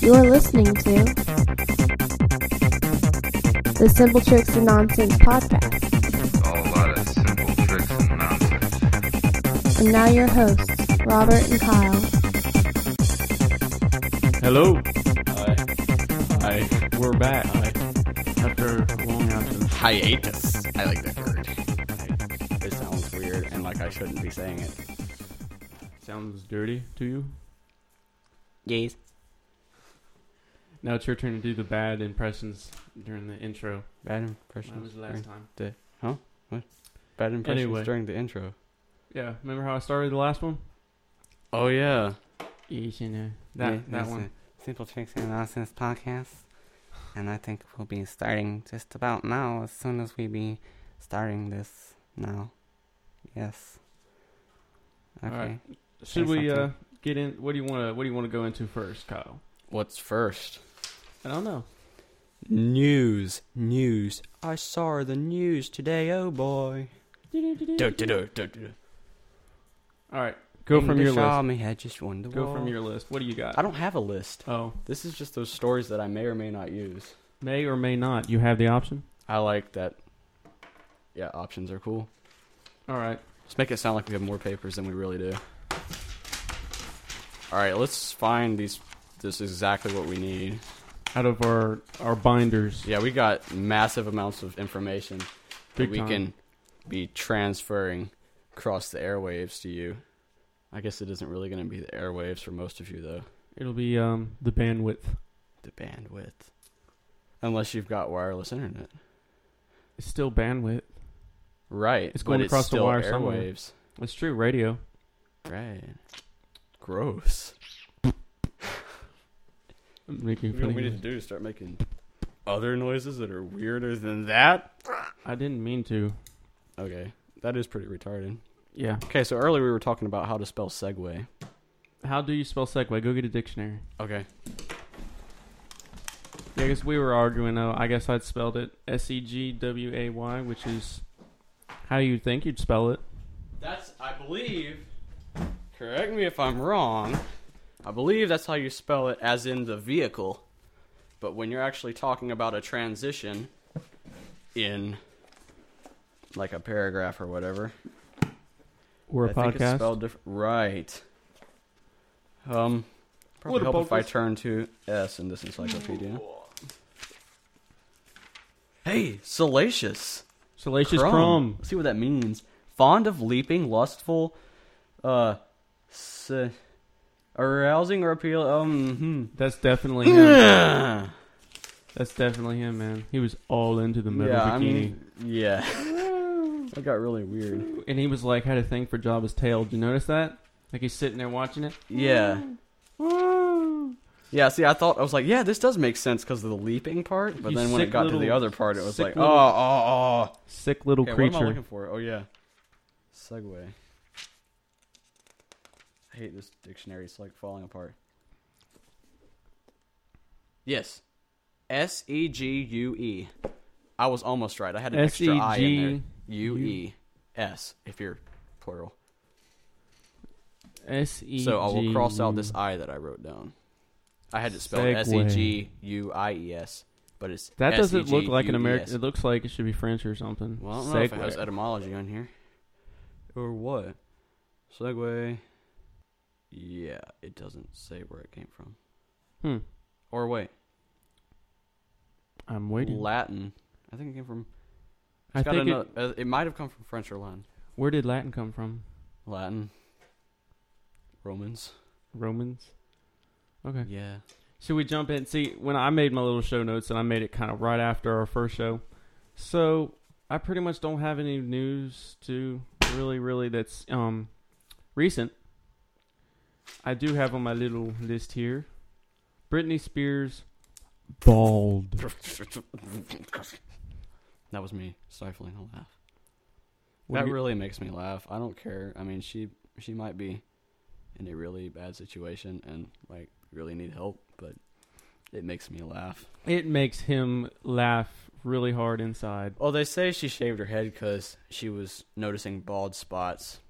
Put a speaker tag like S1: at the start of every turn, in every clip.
S1: You're listening to the Simple Tricks and Nonsense podcast.
S2: all a lot of simple tricks and nonsense.
S1: And now your hosts, Robert and Kyle.
S3: Hello.
S4: Hi. Hi.
S3: We're back after a long absence.
S4: Hiatus. I like that word. It sounds weird and like I shouldn't be saying it.
S3: Sounds dirty to you.
S4: Yes.
S3: Now it's your turn to do the bad impressions during the intro.
S4: Bad
S3: Mine
S4: impressions.
S3: was last time.
S4: Bad impressions
S3: Anyway.
S4: during the intro.
S3: Yeah, remember how I started the last one?
S4: Oh yeah.
S3: Yes, you know. That
S4: Yeah,
S3: that
S4: that's
S3: one.
S4: it. Simple Tricks and Nonsense podcast. And I think we'll be starting just about now as soon as we be starting this now. Yes.
S3: All
S4: Okay.
S3: right. Should we uh,
S4: something.
S3: get in? What do you want to? What do you want to go into first, Kyle?
S4: What's first?
S3: I don't know.
S4: News. News. I saw the news today, oh boy.
S3: All right, go from your list.
S4: Me had just won the
S3: Go
S4: war.
S3: from your list. What do you got?
S4: I don't have a list.
S3: Oh,
S4: This is just those stories that I may or may not use.
S3: may or may not. You have the option.
S4: I like that. Yeah, options are cool.
S3: All right.
S4: Let's make it sound like we have more papers than we really do. All right, let's find these. This is exactly what we need.
S3: Out of our our binders,
S4: Yeah, we got massive amounts of information that
S3: Big
S4: we
S3: time.
S4: can be transferring across the airwaves to you. I guess it isn't really going to be the airwaves for most of you, though.
S3: it'll be um the bandwidth.
S4: The bandwidth. Unless you've got wireless internet.
S3: It's still bandwidth.
S4: Right.
S3: It's
S4: but
S3: going across the
S4: still
S3: wire somewhere.
S4: airwaves.
S3: It's true. Radio.
S4: Right. Gross.
S3: I'm making
S4: You know
S3: funny
S4: what we need to
S3: noises.
S4: do? Start making other noises that are weirder than that?
S3: I didn't mean to.
S4: Okay. That is pretty retarded.
S3: Yeah.
S4: Okay, so earlier we were talking about how to spell segue.
S3: How do you spell segue? Go get a dictionary.
S4: Okay.
S3: Yeah, I guess we were arguing though. I guess I'd spelled it S E G W A Y, which is how you think you'd spell it.
S4: That's, I believe, correct me if I'm wrong, I believe that's how you spell it, as in the vehicle. But when you're actually talking about a transition in like a paragraph or whatever,
S3: Or a
S4: I think it's
S3: podcast.
S4: spelled diff- right. Um, probably
S3: What a
S4: help if I
S3: bogus-
S4: turn to S in this encyclopedia. Hey, salacious.
S3: Salacious crumb.
S4: Let's See what that means. Fond of leaping, lustful, uh, s- arousing or appeal. Um,
S3: That's definitely
S4: hmm.
S3: him.
S4: yeah,
S3: That's definitely him, man. He was all into the metal
S4: I
S3: bikini.
S4: mean, yeah. that got really weird.
S3: And he was like had a thing for Jabba's tail. Did you notice that? Like he's sitting there watching it.
S4: Yeah. Yeah, see, I thought I was like, yeah, this does make sense because of the leaping part, but
S3: You
S4: then when it
S3: sick
S4: got to the
S3: little-
S4: other part, it was
S3: sick
S4: like,
S3: little-
S4: oh, oh, oh.
S3: Sick little
S4: Okay, what am I
S3: creature.
S4: looking for? Oh yeah, Segway. I hate this dictionary. It's like falling apart. Yes, S E G U E. I was almost right. I had an extra I in there. U E S. If you're plural,
S3: S E.
S4: so I will cross out this
S3: G U.
S4: I that I wrote down. I had it spelled
S3: Segway.
S4: S E G U I E S, but it's
S3: That doesn't look like an
S4: S E G U E S.
S3: American. It looks like it should be French or something.
S4: Well, I don't know if it
S3: Segway.
S4: has etymology on here. Or what? Segway. Yeah, it doesn't say where it came from.
S3: hmm.
S4: Or wait,
S3: I'm waiting.
S4: Latin. I think it came from.
S3: I
S4: it's got
S3: think it,
S4: ano- uh, it might have come from French or Latin.
S3: where did Latin come from?
S4: Latin. Romans.
S3: Romans. Okay.
S4: Yeah.
S3: Should we jump in? See, when I made my little show notes, and I made it kind of right after our first show, so I pretty much don't have any news to really, really that's um recent. I do have on my little list here, Britney Spears, bald.
S4: That was me stifling a laugh.
S3: What
S4: that
S3: do you-
S4: really makes me laugh. I don't care. I mean, she she might be in a really bad situation and like really need help, but it makes me laugh.
S3: It makes him laugh really hard inside.
S4: Well, they say she shaved her head because she was noticing bald spots.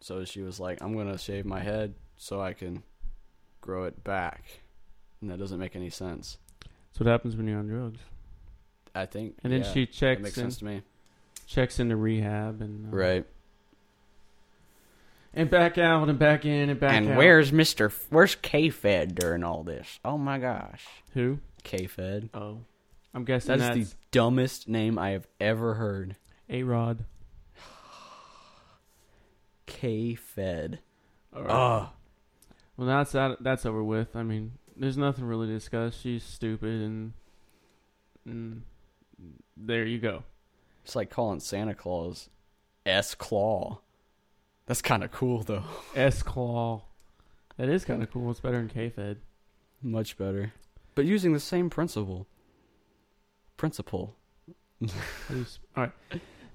S4: So she was like, I'm going to shave my head so I can grow it back. And that doesn't make any sense.
S3: That's what happens when you're on drugs.
S4: I think.
S3: And then
S4: yeah,
S3: she
S4: that
S3: checks
S4: makes
S3: in,
S4: sense to me.
S3: checks into rehab and uh,
S4: Right.
S3: and back out and back in and back out.
S5: and where's Mr. F- Where's K Fed during all this? Oh my gosh.
S3: who?
S4: K Fed.
S3: Oh, I'm guessing
S4: That
S3: that's,
S4: is the dumbest name I have ever heard.
S3: A Rod.
S4: K Fed. Ah.
S3: Well, that's that. That's over with. I mean, there's nothing really to discuss. She's stupid, and, and there you go.
S4: It's like calling Santa Claus S Claw. That's kind of cool though.
S3: S Claw. That is kind of cool. It's better than K Fed.
S4: Much better. But using the same principle. Principle.
S3: All right.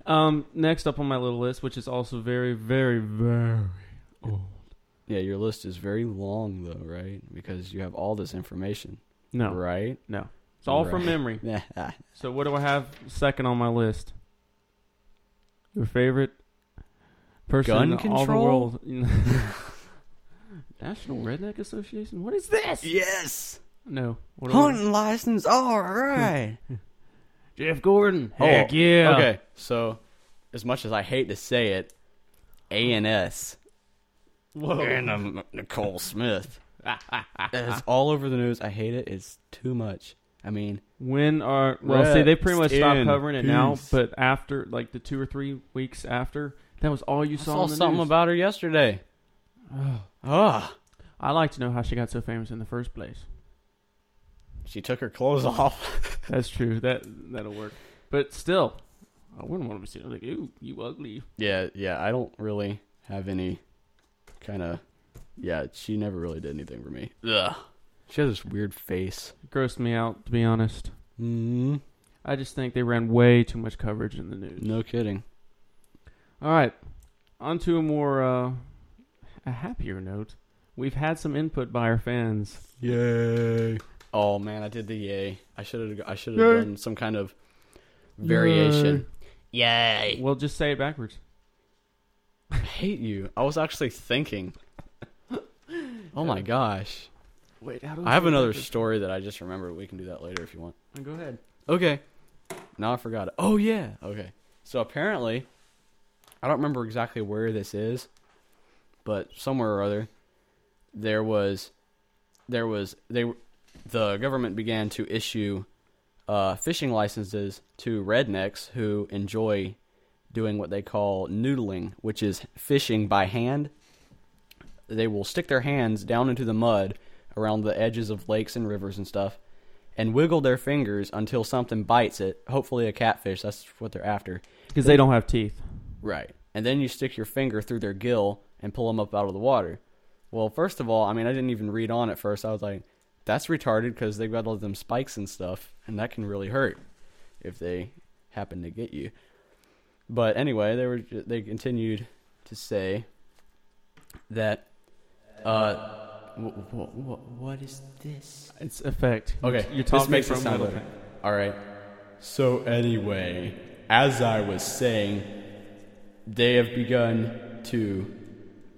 S3: Um, next up on my little list, which is also very, very, very old.
S4: Yeah, your list is very long though, right? Because you have all this information,
S3: No,
S4: right?
S3: no. It's all from
S4: Right.
S3: memory.
S4: Yeah.
S3: So what do I have second on my list? Your favorite person
S4: Gun
S3: in
S4: control?
S3: all the world. National Redneck Association? What is this?
S4: yes.
S3: No. What are we-
S4: Hunting license. All right.
S3: Jeff Gordon.
S4: Oh,
S3: Heck yeah.
S4: Okay. So, as much as I hate to say it, A and S. Whoa. And um, Nicole Smith. it's all over the news. I hate it. It's too much. I mean,
S3: When are well? see, they pretty much
S4: Rest
S3: stopped
S4: in
S3: covering it now.
S4: peace.
S3: But after like the two or three weeks after, that was all you
S4: I
S3: saw.
S4: saw
S3: on the
S4: something
S3: news.
S4: about her yesterday. Ah, Ugh.
S3: I like to know how she got so famous in the first place.
S4: She took her clothes off.
S3: That's true. That that'll work. But still, I wouldn't want to be seen like, "Ooh, you ugly."
S4: yeah, yeah. I don't really have any kind of. Yeah, she never really did anything for me. Ugh. She has this weird face.
S3: It grossed me out, to be honest.
S4: Mm-hmm.
S3: I just think they ran way too much coverage in the news.
S4: No kidding.
S3: All right, on to a more uh, a happier note. We've had some input by our fans.
S4: Yay! Oh man, I did the yay. I should have. I should
S3: Yay.
S4: have done some kind of variation.
S5: Yay.
S3: Well, just say it backwards.
S4: I hate you. I was actually thinking. Oh my gosh!
S3: Wait, how do
S4: I have another story that I just remembered. We can do that later if you want.
S3: Go ahead.
S4: Okay. Now I forgot it. Oh yeah. Okay. So apparently, I don't remember exactly where this is, but somewhere or other, there was, there was they, were- the government began to issue, uh, fishing licenses to rednecks who enjoy doing what they call noodling, which is fishing by hand. They will stick their hands down into the mud around the edges of lakes and rivers and stuff and wiggle their fingers until something bites it, hopefully a catfish. That's what they're after.
S3: Because they don't have teeth.
S4: Right. And then you stick your finger through their gill and pull them up out of the water. Well, first of all, I mean, I didn't even read on at first. I was like, that's retarded because they've got all them spikes and stuff, and that can really hurt if they happen to get you. But anyway, they were ju- they continued to say that uh,
S5: What is this?
S3: It's effect.
S4: Okay,
S3: you're
S4: this
S3: talking
S4: makes it
S3: from
S4: sound
S3: middle
S4: better.
S3: pa-
S4: All right. So anyway, as I was saying, they have begun to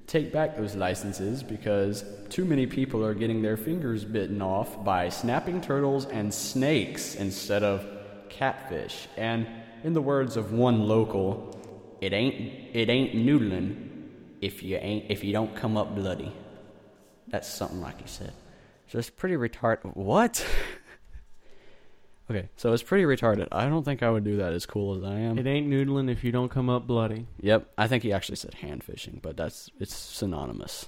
S4: take back those licenses because too many people are getting their fingers bitten off by snapping turtles and snakes instead of catfish. And in the words of one local, it ain't it ain't noodling if you ain't if you don't come up bloody. That's something like he said. So it's pretty retarded. What? okay, so it's pretty retarded. I don't think I would do that as cool as I am.
S3: It ain't noodling if you don't come up bloody.
S4: Yep, I think he actually said hand fishing, but that's it's synonymous.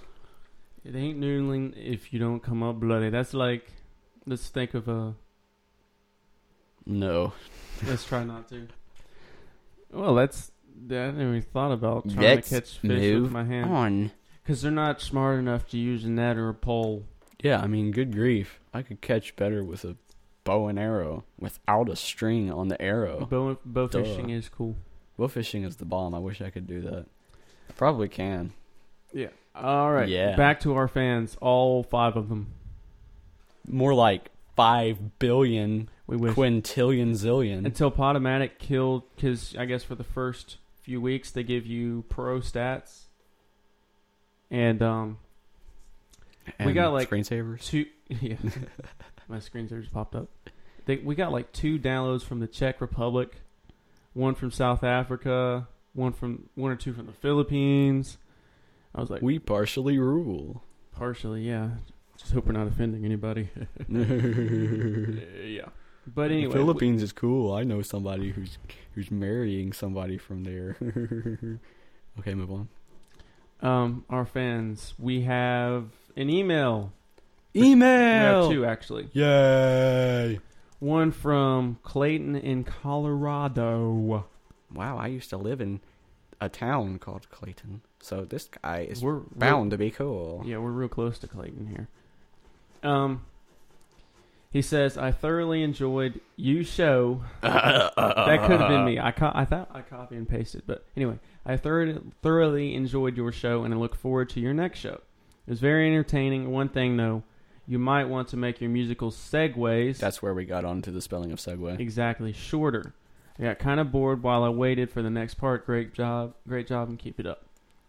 S3: It ain't noodling if you don't come up bloody. That's like, let's think of a.
S4: No,
S3: Let's try not to. Well, that's. I didn't even thought about trying
S5: Let's
S3: to catch fish with
S5: move
S3: my hand
S5: on.
S3: because they're not smart enough to use a net or a pole.
S4: yeah, I mean, good grief, I could catch better with a bow and arrow without a string on the arrow.
S3: Bow, bow
S4: Duh.
S3: fishing is cool.
S4: Bow fishing is the bomb. I wish I could do that. I probably can.
S3: Yeah. All right.
S4: Yeah.
S3: Back to our fans, all five of them.
S4: More like five billion
S3: We wish.
S4: quintillion zillion.
S3: Until Potomatic killed, because I guess for the first few weeks they give you pro stats, and um, We got, like,
S4: screensavers.
S3: two yeah my screensaver just popped up they, we got like two downloads from the czech republic one from south africa one from one or two from the philippines i was like
S4: We partially rule.
S3: partially yeah just hope we're not offending anybody
S4: Philippines
S3: yeah but anyway
S4: is cool. I know somebody who's who's marrying somebody from there. okay, move on.
S3: um our fans we have an email we have
S4: Email.
S3: two actually
S4: Yay!
S3: one from clayton in colorado
S4: Wow, I used to live in a town called Clayton, so this guy is
S3: we're
S4: bound to be cool.
S3: Yeah, we're real close to Clayton here. Um, he says, "I thoroughly enjoyed you show."
S4: Uh,
S3: that could have been me. I co- I thought I copy and pasted, but anyway, I thor- thoroughly enjoyed your show, and I look forward to your next show. It was very entertaining. One thing though, you might want to make your musical segues
S4: That's where we got onto the spelling of segue.
S3: exactly shorter. I got kind of bored while I waited for the next part. Great job, great job, and keep it up.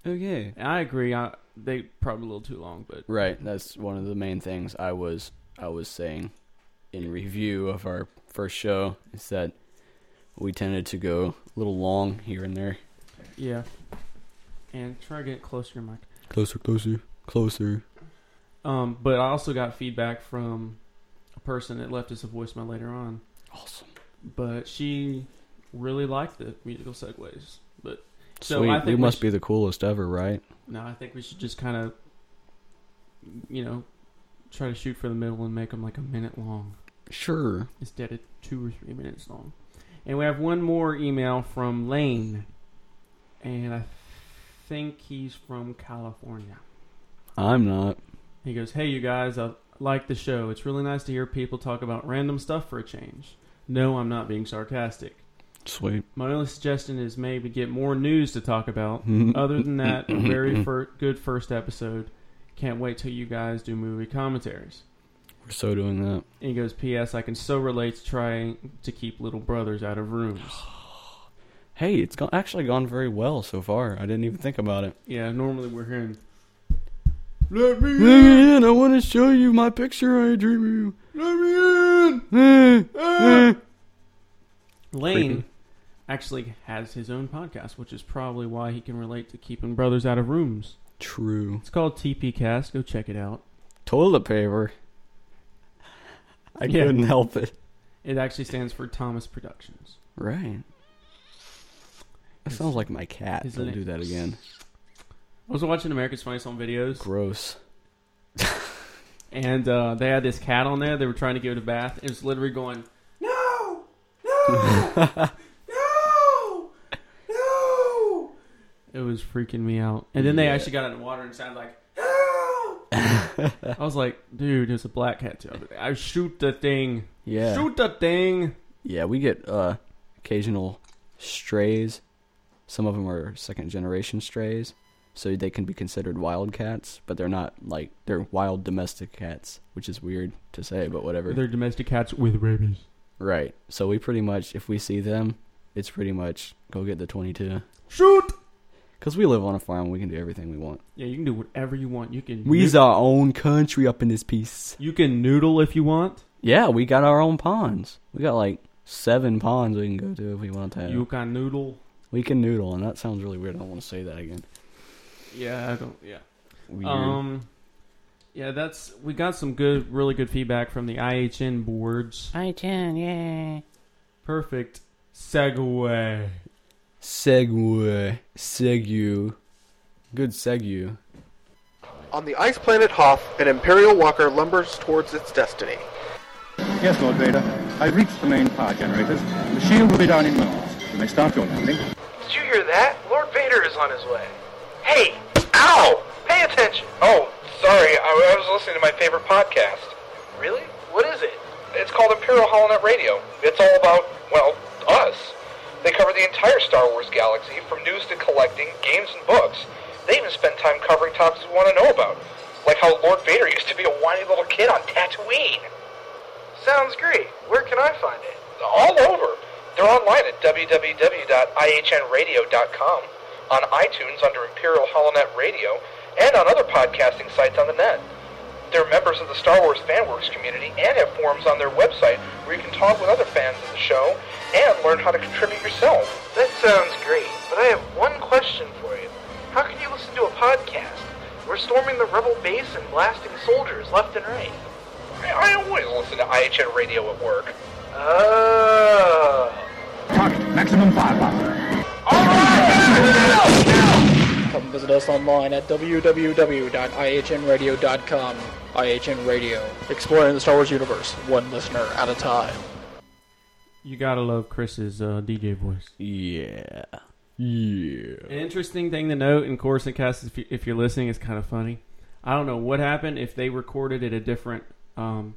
S4: Okay.
S3: And I agree. I, they probably a little too long, but
S4: Right. That's one of the main things I was I was saying in review of our first show is that we tended to go a little long here and there.
S3: Yeah. And try to get closer to your mic.
S4: Closer, closer, closer.
S3: Um, but I also got feedback from a person that left us a voicemail later on.
S4: Awesome.
S3: But she really liked the musical segues. But So
S4: So we,
S3: I think
S4: we
S3: we
S4: must
S3: should-
S4: be the coolest ever, right?
S3: no, I think we should just kind of, you know, try to shoot for the middle and make them like a minute long
S4: Sure.
S3: instead of two or three minutes long. And we have one more email from Lane. And I think he's from California.
S4: I'm not.
S3: He goes, Hey, you guys, I like the show. It's really nice to hear people talk about random stuff for a change. No, I'm not being sarcastic.
S4: Sweet.
S3: My only suggestion is maybe get more news to talk about. Other than that, a very fir- good first episode. Can't wait till you guys do movie commentaries.
S4: We're so doing that.
S3: And he goes, P.S. I can so relate to trying to keep little brothers out of rooms.
S4: Hey, it's go- actually gone very well so far. I didn't even think about it.
S3: Yeah, normally we're hearing, Let me in!
S4: Man, I want to show you my picture I drew.
S3: Let me in! Ah.
S4: Eh.
S3: Lane
S4: Creepy.
S3: actually has his own podcast, which is probably why he can relate to keeping brothers out of rooms.
S4: True.
S3: It's called TP Cast. Go check it out.
S4: Toilet paper. I
S3: Yeah.
S4: couldn't help it.
S3: It actually stands for Thomas Productions.
S4: Right. That
S3: His-
S4: sounds like my cat.
S3: his
S4: Don't
S3: name-
S4: do that again.
S3: I was watching America's Funniest Home Videos,
S4: Gross.
S3: and uh, they had this cat on there. They were trying to give it a bath. It was literally going, "No, no, no, no." It was freaking me out. And then they
S4: Yeah.
S3: actually got in the water and sounded like, "Help!" I was like, "Dude, it's a black cat too." I shoot the thing.
S4: Yeah.
S3: Shoot the thing.
S4: Yeah, we get uh, occasional strays. Some of them are second generation strays, so they can be considered wild cats, but they're not like they're wild domestic cats, which is weird to say, but whatever.
S3: They're domestic cats with rabies.
S4: right. So we pretty much if we see them, it's pretty much go get the 22
S3: Shoot!
S4: cuz we live on a farm, we can do everything we want.
S3: Yeah, you can do whatever you want. You can
S4: We's our own country up in this piece.
S3: you can noodle if you want.
S4: Yeah, we got our own ponds. We got like seven ponds we can go to if we want to.
S3: You can noodle.
S4: we can noodle, and that sounds really weird. I don't want to say that again.
S3: Yeah, I don't. Yeah.
S4: Weird.
S3: Um. Yeah, that's we got some good, really good feedback from the IHN boards.
S5: I can, yeah.
S3: Perfect segue.
S4: Segue. Segu. Good segu.
S6: On the ice planet Hoth, an Imperial walker lumbers towards its destiny.
S7: Yes, Lord Vader. I've reached the main power generators. The shield will be down in moments. You may start your landing.
S8: Did you hear that? Lord Vader is on his way. Hey! Ow! Pay attention! Oh, sorry. I, I was listening to my favorite podcast. Really? What is it? It's called Imperial Holonet Radio. It's all about, well, us. They cover the entire Star Wars galaxy, from news to collecting, games and books. They even spend time covering topics we want to know about, like how Lord Vader used to be a whiny little kid on Tatooine. Sounds great. Where can I find it? All over. They're online at www.ihnradio.com, on iTunes under Imperial Holonet Radio, and on other podcasting sites on the net. They're members of the Star Wars Fanworks community and have forums on their website where you can talk with other fans of the show and learn how to contribute yourself.
S1: That sounds great, but I have one question for you. How can you listen to a podcast? We're storming the rebel base and blasting soldiers left and right.
S8: I, I always listen to IHN radio at work.
S1: Oh.
S7: Target maximum firepower.
S6: Come visit us online at www.ihnradio.com. IHN Radio, exploring the Star Wars universe, one listener at a time.
S3: You gotta love Chris's uh, DJ voice.
S4: Yeah. Yeah.
S3: An interesting thing to note in Coruscant Cast, if, you, if you're listening, it's kind of funny. I don't know what happened if they recorded at a different um,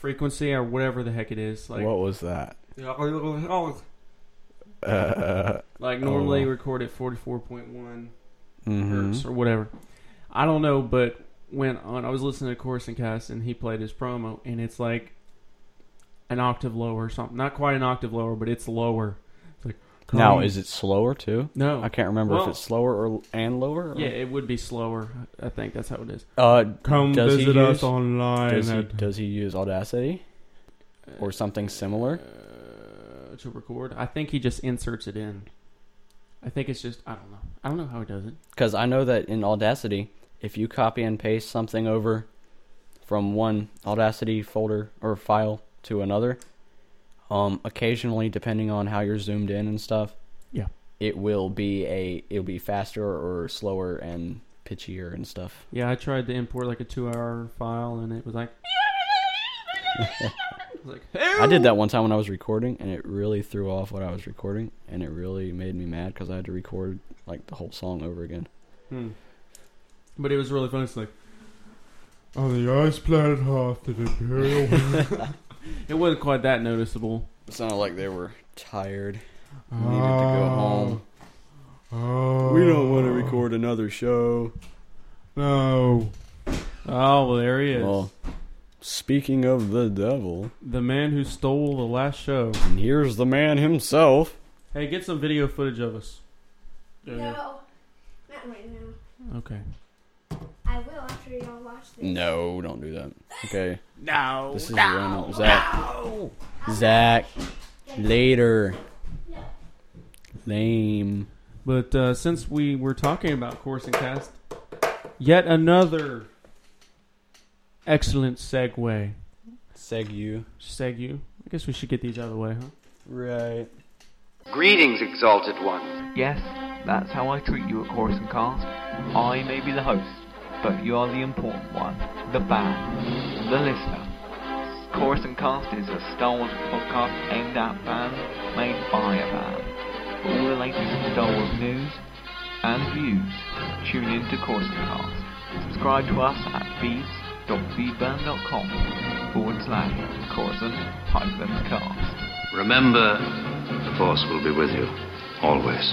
S3: frequency or whatever the heck it is. Like, oh,
S4: What was that? Uh,
S3: like normally record at 44one
S4: mm-hmm.
S3: hertz or whatever. I don't know, but when on, I was listening to Coruscant Cast and he played his promo, and it's like an octave lower or something. Not quite an octave lower, but it's lower. It's like,
S4: Now, is it slower too?
S3: No.
S4: I can't remember if
S3: Well-
S4: it's slower or and lower. Or,
S3: Yeah, it would be slower. I think that's how it is.
S4: Uh,
S3: Come
S4: does he
S3: visit
S4: use,
S3: us online.
S4: Does he,
S3: at-
S4: does he use Audacity Uh, or something similar?
S3: uh, to record. I think he just inserts it in. I think it's just I don't know. I don't know how he does it.
S4: Because I know that in Audacity, if you copy and paste something over from one Audacity folder or file to another, um, occasionally, depending on how you're zoomed in and stuff,
S3: Yeah.
S4: it will be a it'll be faster or slower and pitchier and stuff.
S3: Yeah, I tried to import like a two-hour file, and it was like. I was like,
S4: I did that one time when I was recording, and it really threw off what I was recording, and it really made me mad because I had to record like the whole song over again.
S3: But it was really fun. It's like. On the ice planet half the Imperial. it wasn't quite that noticeable.
S4: It sounded like they were tired, needed to go home. We don't want to record another show.
S3: No. Oh well, there he is.
S4: Well, speaking of the devil,
S3: the man who stole the last show.
S4: and here's the man himself.
S3: Hey, get some video footage of us. There you go.
S9: Not right now.
S3: Okay.
S9: I will after y'all watch this.
S4: No, don't do that. Okay,
S3: No.
S4: this is the one. Zach. Zach. Later. Lame.
S3: But uh, since we were talking about Course and Cast, yet another excellent segue.
S4: Seg you.
S3: Segue. I guess we should get these out of the way, huh?
S4: Right.
S10: Greetings, exalted one. Yes, that's how I treat you at Chorus and Cast. I may be the host, but you are the important one, the fan, the listener. Chorus and Cast is a Star Wars podcast aimed at fans, made by a fan. For all the latest Star Wars news and views, tune in to Chorus and Cast. Subscribe to us at feeds.feedburn.com forward slash Chorus and hyphen cast.
S2: Remember, the Force will be with you, always.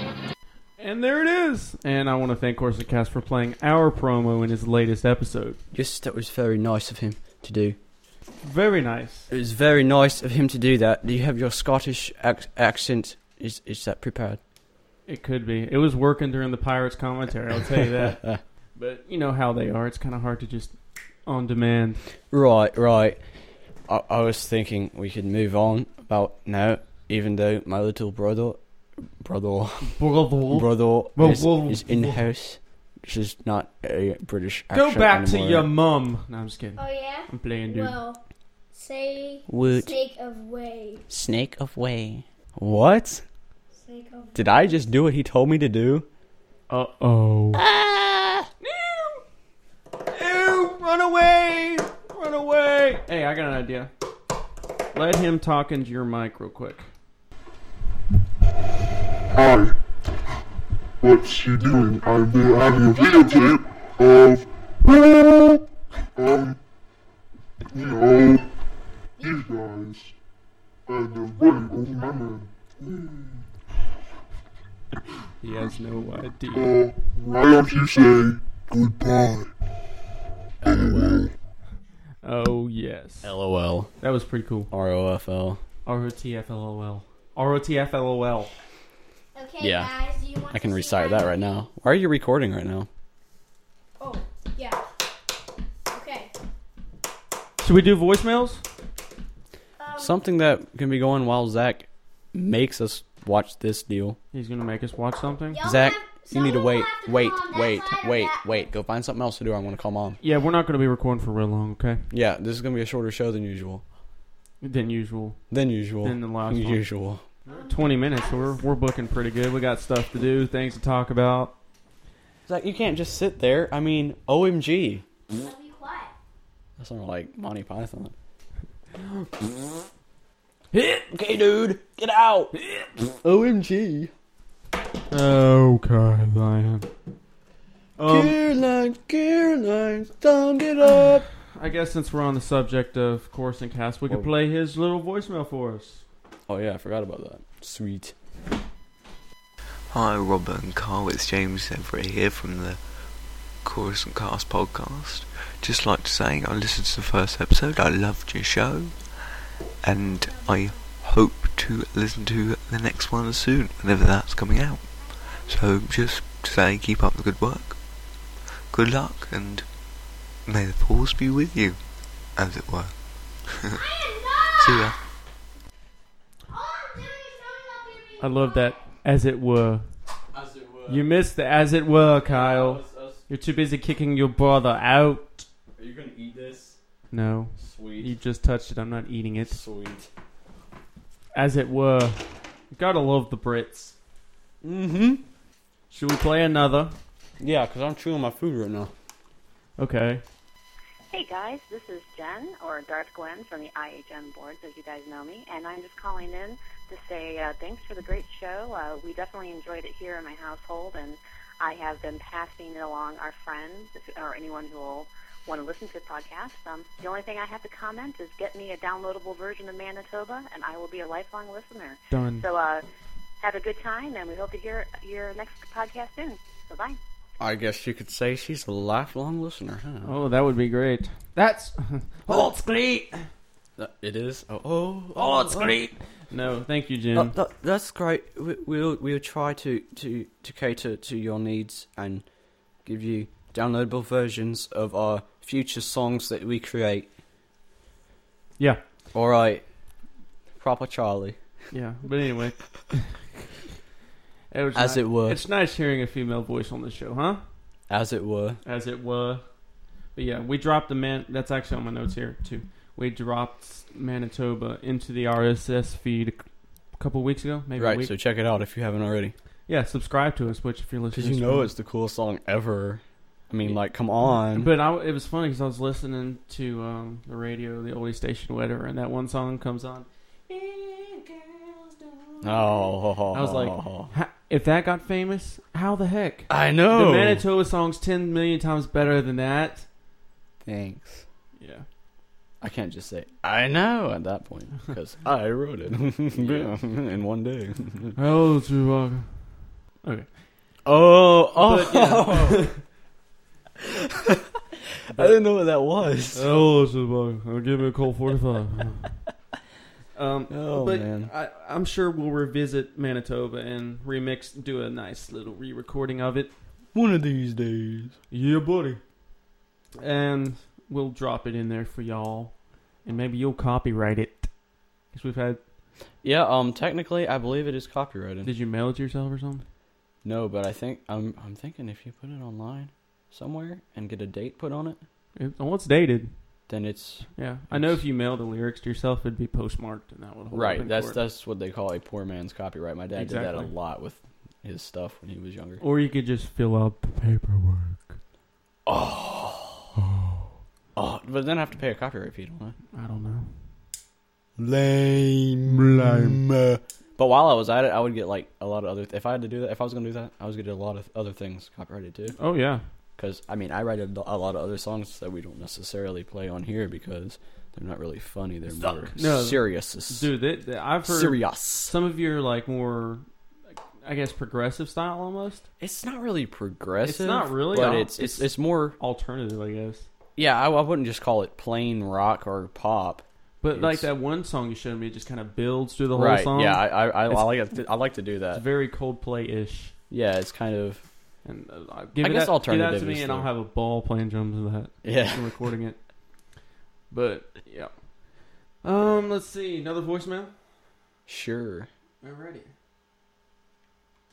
S3: And there it is. And I want to thank Course and Cast for playing our promo in his latest episode.
S4: Yes, that was very nice of him to do.
S3: Very nice.
S4: It was very nice of him to do that. Do you have your Scottish ac- accent? Is is that prepared?
S3: It could be. It was working during the Pirates commentary. I'll tell you that. but you know how they are. It's kind of hard to just on demand.
S4: Right, right. I, I was thinking we could move on about now, even though my little brother, brother, brother is, is in the house. This is not a British
S3: Go
S4: accent
S3: back to
S4: anymore.
S3: your mum. No, I'm just kidding.
S9: Oh yeah.
S3: I'm playing, dude.
S9: Well, say
S4: Woot.
S9: snake of way.
S4: snake of way. What?
S9: Snake of.
S4: Did I just do what he told me to do?
S3: Uh oh.
S9: Ah!
S3: Ew! Run away! Run away! Hey, I got an idea. Let him talk into your mic real quick.
S7: Hi. What's she doing? I'm there having a videotape of. Um. You know. These guys. And they're running over my man.
S3: He has no idea.
S7: Uh, why don't you say goodbye? LOL.
S3: Oh yes,
S4: LOL.
S3: that was pretty cool.
S4: ROFL.
S3: R O T F L O L. R O T F L O L.
S9: Okay,
S4: Yeah.
S9: guys, do you want
S4: I can
S9: to see
S4: recite
S9: my-
S4: that right now. Why are you recording right now?
S9: Oh,
S3: Should we do voicemails?
S4: Something that can be going while Zach makes us watch this deal.
S3: He's gonna make us watch something.
S4: Zach, you need to wait, wait, wait, wait, wait. Go find something else to do. I'm gonna call mom.
S3: Yeah, we're not gonna be recording for real long, okay?
S4: Yeah, this is gonna be a shorter show than usual.
S3: Than usual.
S4: Than usual.
S3: Than the last one.
S4: usual.
S3: Twenty minutes. So we're we're booking pretty good. We got stuff to do, things to talk about.
S4: Zach, you can't just sit there. I mean, OMG. That sounded like Monty Python. okay, dude, get out. OMG.
S3: Oh, Caroline. Um,
S4: Um, Caroline, Caroline, don't get up.
S3: I guess since we're on the subject of Chorus and Cast, we could
S4: Whoa.
S3: play his little voicemail for us.
S4: Oh yeah, I forgot about that. Sweet.
S11: Hi, Robert and Carl. It's James Everett here from the Chorus and Cast podcast. Just like to say, I listened to the first episode. I loved your show, and I hope to listen to the next one soon, whenever that's coming out. So, just to say, keep up the good work. Good luck, and may the force be with you, as it were. See ya.
S3: I love that. As it were. As it were. You missed the as it were, Kyle. You're too busy kicking your brother out.
S12: Are you gonna eat this?
S3: No.
S12: Sweet.
S3: You just touched it. I'm not eating it.
S12: Sweet.
S3: As it were. You gotta love the Brits.
S4: Mm-hmm.
S3: Should we play another?
S4: Yeah, because I'm chewing my food right now.
S3: Okay.
S13: Hey guys, this is Jen or Darth Gwen from the IHN boards, as you guys know me, and I'm just calling in to say uh, thanks for the great show. Uh, we definitely enjoyed it here in my household, and I have been passing it along our friends if- or anyone who will want to listen to the podcast. Um, the only thing I have to comment is get me a downloadable version of Manitoba, and I will be a lifelong listener.
S3: Done.
S13: So uh, have a good time, and we hope to hear your next podcast soon. Bye bye.
S4: I guess you could say she's a lifelong listener, huh?
S3: Oh, that would be great. That's oh, it's great.
S4: It is. Oh, oh,
S3: Oh, it's great. No, thank you, Jim.
S4: Uh, that, that's great. We, we'll we'll try to, to, to cater to your needs and give you downloadable versions of our future songs that we create.
S3: Yeah.
S4: All right. Proper Charlie.
S3: Yeah, but anyway. It was
S4: As
S3: ni-
S4: it were.
S3: It's nice hearing a female voice on the show, huh?
S4: As it were.
S3: As it were. But yeah, we dropped the man. That's actually on my notes here too. We dropped Manitoba into the RSS feed a c- couple weeks ago, maybe. A
S4: right.
S3: week.
S4: So check it out if you haven't already.
S3: yeah, subscribe to us. Which, if you're listening,
S4: Because you
S3: to
S4: know
S3: us-
S4: it's the coolest song ever. I mean, like, come on.
S3: But I, it was funny because I was listening to um, the radio, the oldie station, whatever, and that one song comes on.
S4: Oh.
S3: I was like, "Ha- if that got famous, how the heck?
S4: I know.
S3: The Manitoba song's 10 million times better than that.
S4: Thanks.
S3: Yeah.
S4: I can't just say I know at that point because I wrote it in one day.
S3: Hello, Chewbacca. Okay.
S4: Oh, oh!
S3: But, yeah.
S4: I didn't know what that was.
S3: Hello, Chewbacca. Give me a cold 45. um,
S4: Oh,
S3: but
S4: man.
S3: I, I'm sure we'll revisit Manitoba and remix, do a nice little re recording of it.
S4: One of these days.
S3: Yeah, buddy. And we'll drop it in there for y'all. And maybe you'll copyright it. Because we've had.
S4: Yeah, um, technically, I believe it is copyrighted.
S3: Did you mail it to yourself or something?
S4: No, but I think I'm I'm thinking if you put it online somewhere and get a date put on it,
S3: It, oh, it's dated.
S4: then it's
S3: Yeah. I know if you mailed the lyrics to yourself, it'd be postmarked, and that would hold up
S4: right.
S3: in
S4: That's
S3: court.
S4: that's what they call a poor man's copyright. My dad did that a
S3: Exactly.
S4: lot with his stuff when he was younger.
S3: Or you could just fill out the paperwork.
S4: Oh, but then I have to pay a copyright fee, don't I?
S3: I don't know.
S4: Lame, lame. But while I was at it, I would get like a lot of other. If I had to do that, if I was gonna do that, I was gonna do a lot of other things copyrighted too.
S3: Oh, yeah.
S4: Because I mean, I write a, a lot of other songs that we don't necessarily play on here because they're not really funny. They're more serious.
S3: Dude, they, they- I've heard.
S4: Serious.
S3: Some of your, like, more, I guess, progressive style almost.
S4: It's not really progressive.
S3: It's not really.
S4: but
S3: al-
S4: it's, it's it's more
S3: alternative, I guess.
S4: yeah. I, I wouldn't just call it plain rock or pop.
S3: But, like,
S4: It's-
S3: that one song you showed me just kind of builds through the whole
S4: right?
S3: song.
S4: Yeah, I I, I,
S3: It's-
S4: I like to, I like to do that.
S3: It's very Coldplay ish.
S4: Yeah, it's kind of.
S3: And uh,
S4: I
S3: give it
S4: guess
S3: out,
S4: alternative
S3: Give that to me,
S4: is
S3: and
S4: the-
S3: I'll have a ball playing drums with that.
S4: Yeah.
S3: and recording it. But yeah. Um, let's see. Another voicemail.
S4: Sure.
S3: Alrighty.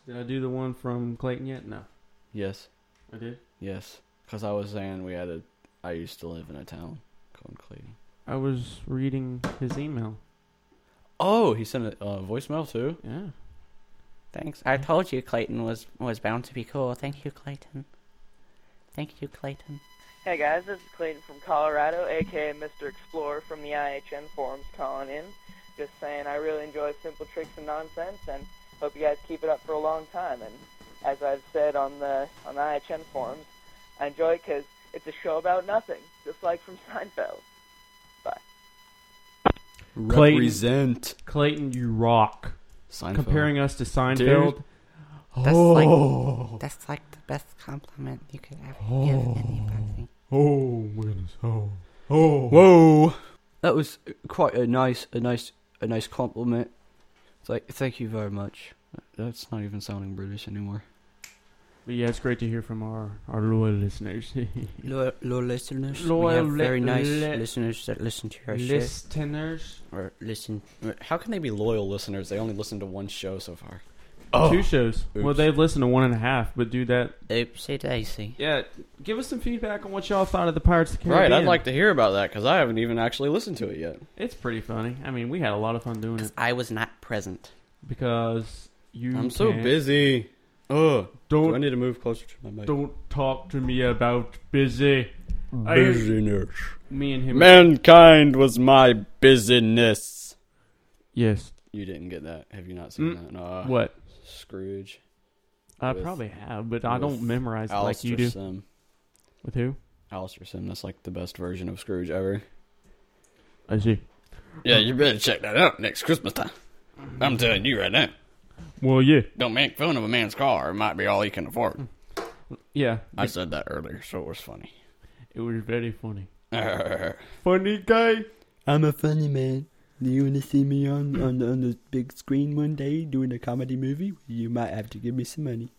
S3: Did I do the one from Clayton yet? No.
S4: Yes.
S3: I did.
S4: Yes. Because I was saying we had a. I used to live in a town called Clayton.
S3: I was reading his email.
S4: Oh, he sent a uh, voicemail too.
S3: Yeah.
S14: Thanks. I told you Clayton was was bound to be cool. Thank you, Clayton. Thank you, Clayton.
S15: Hey guys, this is Clayton from Colorado, aka Mr. Explorer from the IHN forums calling in. Just saying I really enjoy Simple Tricks and Nonsense and hope you guys keep it up for a long time. And as I've said on the on the IHN forums, I enjoy it because it's a show about nothing, just like from Seinfeld.
S3: Clayton-
S4: Represent.
S3: Clayton, you rock.
S4: Seinfeld.
S3: Comparing us to Seinfeld.
S4: Dude.
S14: That's
S3: oh.
S14: like that's like the best compliment you could ever
S3: Oh.
S14: give anybody.
S3: Oh my goodness. Oh.
S4: Oh. Whoa. That was quite a nice, a nice, a nice compliment. It's like, thank you very much. That's not even sounding British anymore.
S3: But yeah, it's great to hear from our, our loyal listeners.
S4: Loyal, loyal listeners.
S14: we have
S3: li-
S14: very nice
S3: li-
S14: listeners that listen to our shit.
S3: Listeners.
S4: Or listen. How can they be loyal listeners? They only listened to one show so far.
S3: Two shows. Well,
S4: Oh. Oops.
S3: they've listened to one and a half, but do that.
S14: Oopsie daisy.
S3: Yeah, give us some feedback on what y'all thought of the Pirates of the
S4: Right,
S3: Caribbean.
S4: I'd like to hear about that because I haven't even actually listened to it yet.
S3: It's pretty funny. I mean, we had a lot of fun doing it.
S14: I was not present
S3: because you.
S4: I'm so
S3: can't-
S4: busy. Ugh.
S3: Don't.
S4: Do I need to move closer to my mic?
S3: Don't talk to me about busy. I-
S4: Busyness.
S3: me and him.
S4: Mankind was my busyness.
S3: Yes.
S4: You didn't get that. Have you not seen
S3: Mm,
S4: that? No.
S3: what?
S4: Scrooge.
S3: I
S4: With-
S3: probably have, but I
S4: with
S3: don't memorize it like you
S4: Alistair
S3: do.
S4: Sim.
S3: With who?
S4: Alistair Sim. That's like the best version of Scrooge ever.
S3: I see.
S4: Yeah, you better check that out next Christmas time. I'm telling you right now.
S3: Well, yeah,
S4: Don't make fun of a man's car. It might be all he can afford.
S3: yeah.
S4: I said that earlier, so it was funny.
S3: It was very funny.
S4: funny guy.
S16: I'm a funny man. Do you want to see me on, on, on the big screen one day doing a comedy movie? You might have to give me some money.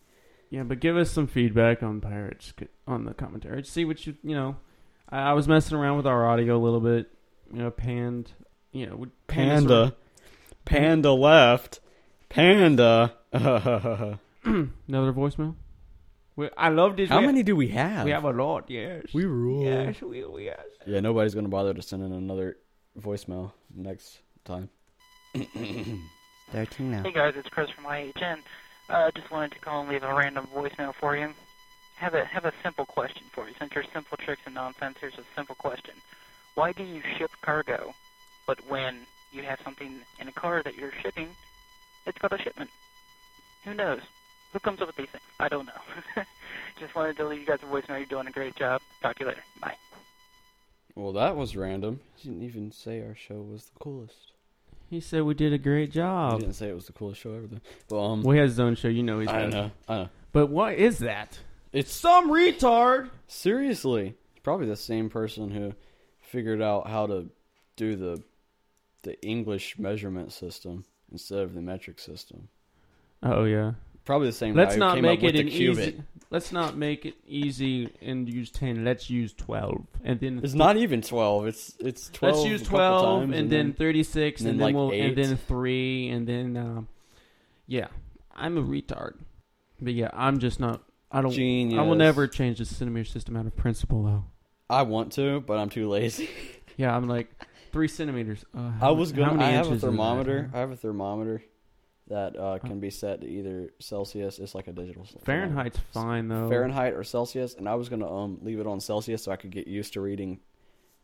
S3: Yeah, but give us some feedback on pirates c- on the commentary. Just see what you you know. I, I was messing around with our audio a little bit. You know, panned. You know, would- pandas were-
S4: Panda. Panda left. Panda.
S3: Another voicemail. We, I love this.
S4: How
S3: We-
S4: many do we have?
S3: We have a lot. Yes.
S4: We rule.
S3: Yes, we, we yes.
S4: yeah, nobody's gonna bother to send in another voicemail next time.
S14: Starting now.
S17: Hey guys, it's Chris from IHN. Uh, just wanted to call and leave a random voicemail for you. Have a have a simple question for you. Since you're simple tricks and nonsense, here's a simple question. Why do you ship cargo, but when you have something in a car that you're shipping, it's called a shipment? Who knows? Who comes up with these things? I don't know. just wanted to leave you guys a voicemail. You're doing a great job. Talk to you later. Bye.
S4: Well, that was random. He didn't even say our show was the coolest.
S3: He said we did a great
S4: He
S3: job.
S4: didn't say it was the coolest show ever. Though. But um,
S3: Well, he has his own show. You know he's.
S4: I
S3: got-
S4: know, I know.
S3: But what is that?
S4: It's
S3: some retard.
S4: Seriously, probably the same person who figured out how to do the the English measurement system instead of the metric system.
S3: Oh yeah.
S4: Probably the same. guy
S3: Let's
S4: who
S3: not
S4: came
S3: make
S4: up with
S3: it
S4: the
S3: an
S4: cubit.
S3: easy. Let's not make it easy and use ten. Let's use twelve, and then
S4: It's not even twelve. It's it's twelve.
S3: Let's use
S4: a couple
S3: twelve,
S4: times
S3: and, then, thirty-six, and then,
S4: like
S3: we'll, and
S4: eight.
S3: then three, and then um, yeah. I'm a retard, but yeah, I'm just not. I don't. I will
S4: Genius.
S3: never change the centimeter system out of principle, though.
S4: I want to, but I'm too lazy.
S3: Yeah, I'm like three centimeters. Uh,
S4: I
S3: how
S4: was
S3: many- how
S4: gonna. I
S3: many
S4: have a
S3: inches is that?
S4: thermometer. I have a thermometer that uh, can be set to either Celsius. It's like a digital. thermometer.
S3: Fahrenheit's fine though.
S4: Fahrenheit or Celsius, and I was gonna um leave it on Celsius so I could get used to reading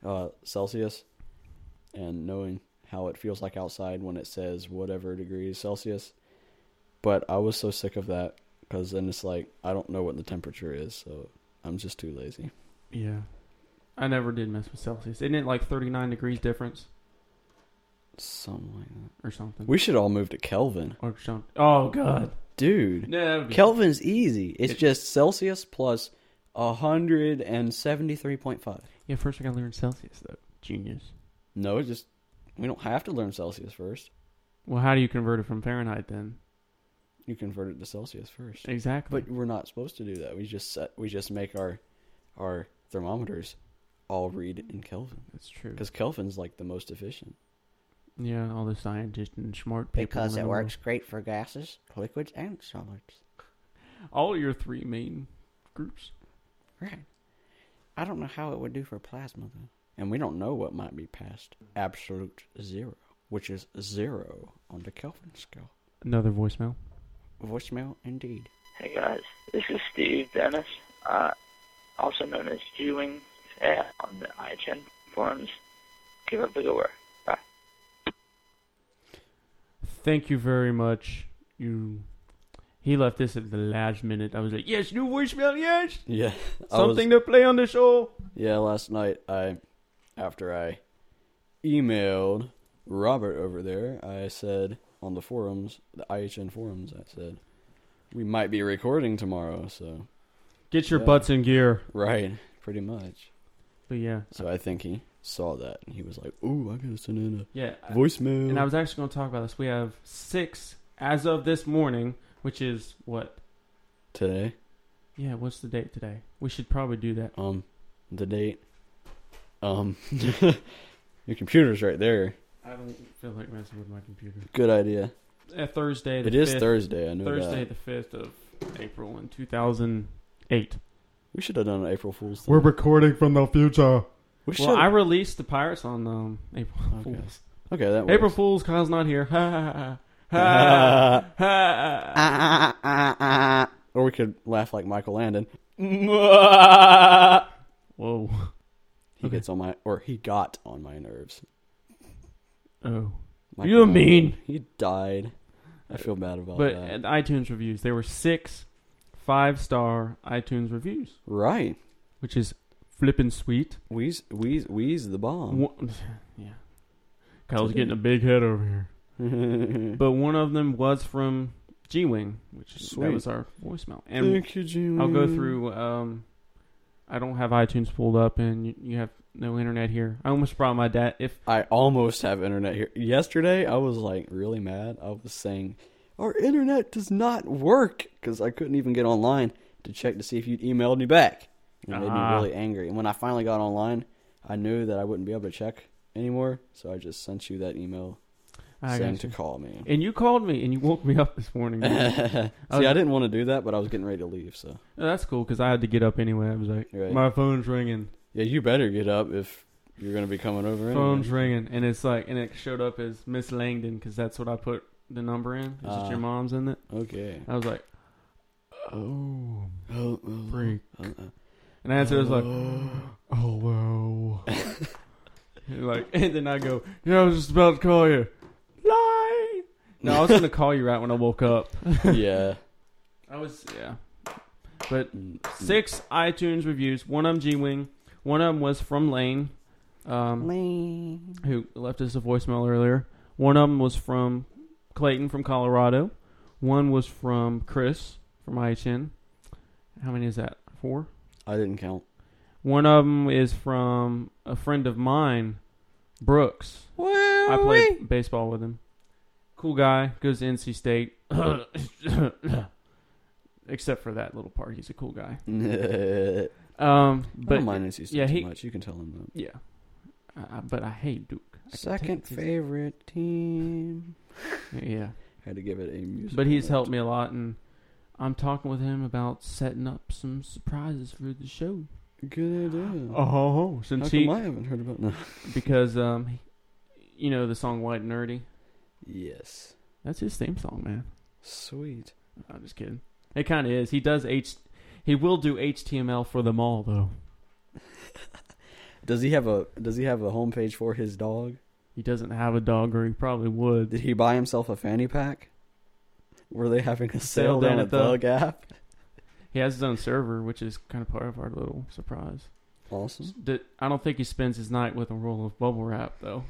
S4: uh, Celsius and knowing how it feels like outside when it says whatever degrees Celsius. But I was so sick of that because then it's like I don't know what the temperature is, so I'm just too lazy.
S3: Yeah, I never did mess with Celsius. Isn't it like thirty-nine degrees difference?
S4: Something like that,
S3: or something.
S4: We should all move to Kelvin.
S3: Or something. Oh God.
S4: dude,
S3: No, that would be-
S4: Kelvin's easy. It's just Celsius plus hundred and seventy-three point five.
S3: Yeah, first I gotta learn Celsius though. Genius.
S4: No, it's just we don't have to learn Celsius first.
S3: Well, how do you convert it from Fahrenheit then?
S4: You convert it to Celsius first.
S3: Exactly.
S4: But we're not supposed to do that. We just set, we just make our our thermometers all read in Kelvin.
S3: That's true.
S4: Because Kelvin's like the most efficient.
S3: Yeah, all the scientists and smart people.
S14: Because
S3: in
S14: it
S3: the world.
S14: works great for gases, liquids, and solids.
S3: All your three main groups.
S4: Right. I don't know how it would do for plasma though. And we don't know what might be past absolute zero, which is zero on the Kelvin scale.
S3: Another voicemail.
S4: Voicemail indeed.
S18: Hey guys, this is Steve Dennis, uh, also known as G-Wing uh, on the IHN forums. Keep up the good work.
S3: Thank you very much. You. He left this at the last minute. I was like, yes, new voicemail, yes.
S4: Yeah, I was-
S3: Something to play on the show.
S4: Yeah, last night I, after I emailed Robert over there, I said on the forums, the IHN forums, I said we might be recording tomorrow, so
S3: Get your
S4: Yeah.
S3: butts in gear.
S4: right, pretty much.
S3: But yeah,
S4: So I think he saw that and he was like, "Ooh, I gotta send in a
S3: Yeah. I-
S4: voicemail."
S3: And I was actually going to talk about this. We have six as of this morning, which is what?
S4: today.
S3: Yeah, what's the date today? We should probably do that.
S4: Um, the date. Um, your computer's right there.
S3: I don't feel like messing with my computer.
S4: Good idea.
S3: Uh, Thursday. The
S4: It is
S3: 5th
S4: Thursday, I know that.
S3: Thursday, the fifth of April in two thousand eight.
S4: We should have done an April Fool's.
S3: We're recording from the future.
S4: We
S3: well,
S4: should-
S3: I released the pirates on um, April Fools.
S4: Okay, that
S3: April Fools. Kyle's not here. Ha ha ha ha ha.
S4: Thing. or we could laugh like Michael Landon.
S3: Whoa.
S4: He gets on my, or he got on my nerves.
S3: Oh.
S4: Michael
S3: You're
S4: Landon,
S3: mean.
S4: He died. I feel bad about
S3: But
S4: that.
S3: at iTunes reviews, there were six five star iTunes reviews.
S4: Right.
S3: Which is flippin' sweet.
S4: Wheeze, wheeze, wheeze the bomb.
S3: yeah. Kyle's getting a big head over here. but one of them was from G Wing, which is, that
S4: Sweet.
S3: was our voicemail.
S4: Thank you, G-Wing.
S3: I'll go through. Um, I don't have iTunes pulled up, and you, you have no internet here. I almost brought my dad. If
S4: I almost have internet here. Yesterday, I was like really mad. I was saying, our internet does not work because I couldn't even get online to check to see if you'd emailed me back. It made me
S3: Ah.
S4: really angry. And when I finally got online, I knew that I wouldn't be able to check anymore. So I just sent you that email
S3: I
S4: saying
S3: got
S4: to
S3: you.
S4: call me.
S3: and you called me and you woke me up this morning.
S4: see, I,
S3: was-
S4: didn't want to do that, but I was getting ready to leave. So
S3: Oh, that's cool because I had to get up anyway. I was like,
S4: Right.
S3: my phone's ringing,
S4: yeah, you better get up if you're going to be coming over.
S3: phone's
S4: anyway.
S3: ringing, and it's like, and it showed up as Miss Langdon because that's what I put the number in. It's just
S4: Ah.
S3: your mom's in it.
S4: Okay.
S3: I was like, oh,
S4: oh,
S3: freak.
S4: uh,
S3: And I answered, I was like, hello. And like, and then I go, yeah, I was just about to call you. Lie. No, I was gonna call you right when I woke up.
S4: yeah. Mm,
S3: I was yeah. But six iTunes reviews. One of them G Wing. One of them was from Lane, um,
S14: Lane,
S3: who left us a voicemail earlier. One of them was from Clayton from Colorado. One was from Chris from IHN. How many is that? Four.
S4: I didn't count.
S3: One of them is from a friend of mine, Brooks. I played baseball with him. Cool guy. Goes to NC State. Except for that little part, he's a cool guy. um, but
S4: I don't mind NC State
S3: yeah,
S4: too
S3: he,
S4: much. You can tell him that.
S3: Yeah, I, I- but I hate Duke. I can
S4: Second
S3: take it.
S4: favorite team.
S3: Yeah.
S4: Had to give it a music.
S3: But he's helped me a lot, and I'm talking with him about setting up some surprises for the show.
S4: Good idea.
S3: Oh, since
S4: How come
S3: he-
S4: I haven't heard about no.
S3: because um, he- you know the song "White and Nerdy."
S4: Yes,
S3: that's his theme song, man.
S4: Sweet.
S3: I'm just kidding. It kind of is. He does H. He will do HTML for them all, though.
S4: Does he have a Does he have a homepage for his dog?
S3: He doesn't have a dog, or he probably would.
S4: Did he buy himself a fanny pack? Were they having a
S3: Sell
S4: sale down at the Gap?
S3: He has his own server, which is kind of part of our little surprise.
S4: Awesome.
S3: That I don't think he spends his night with a roll of bubble wrap, though.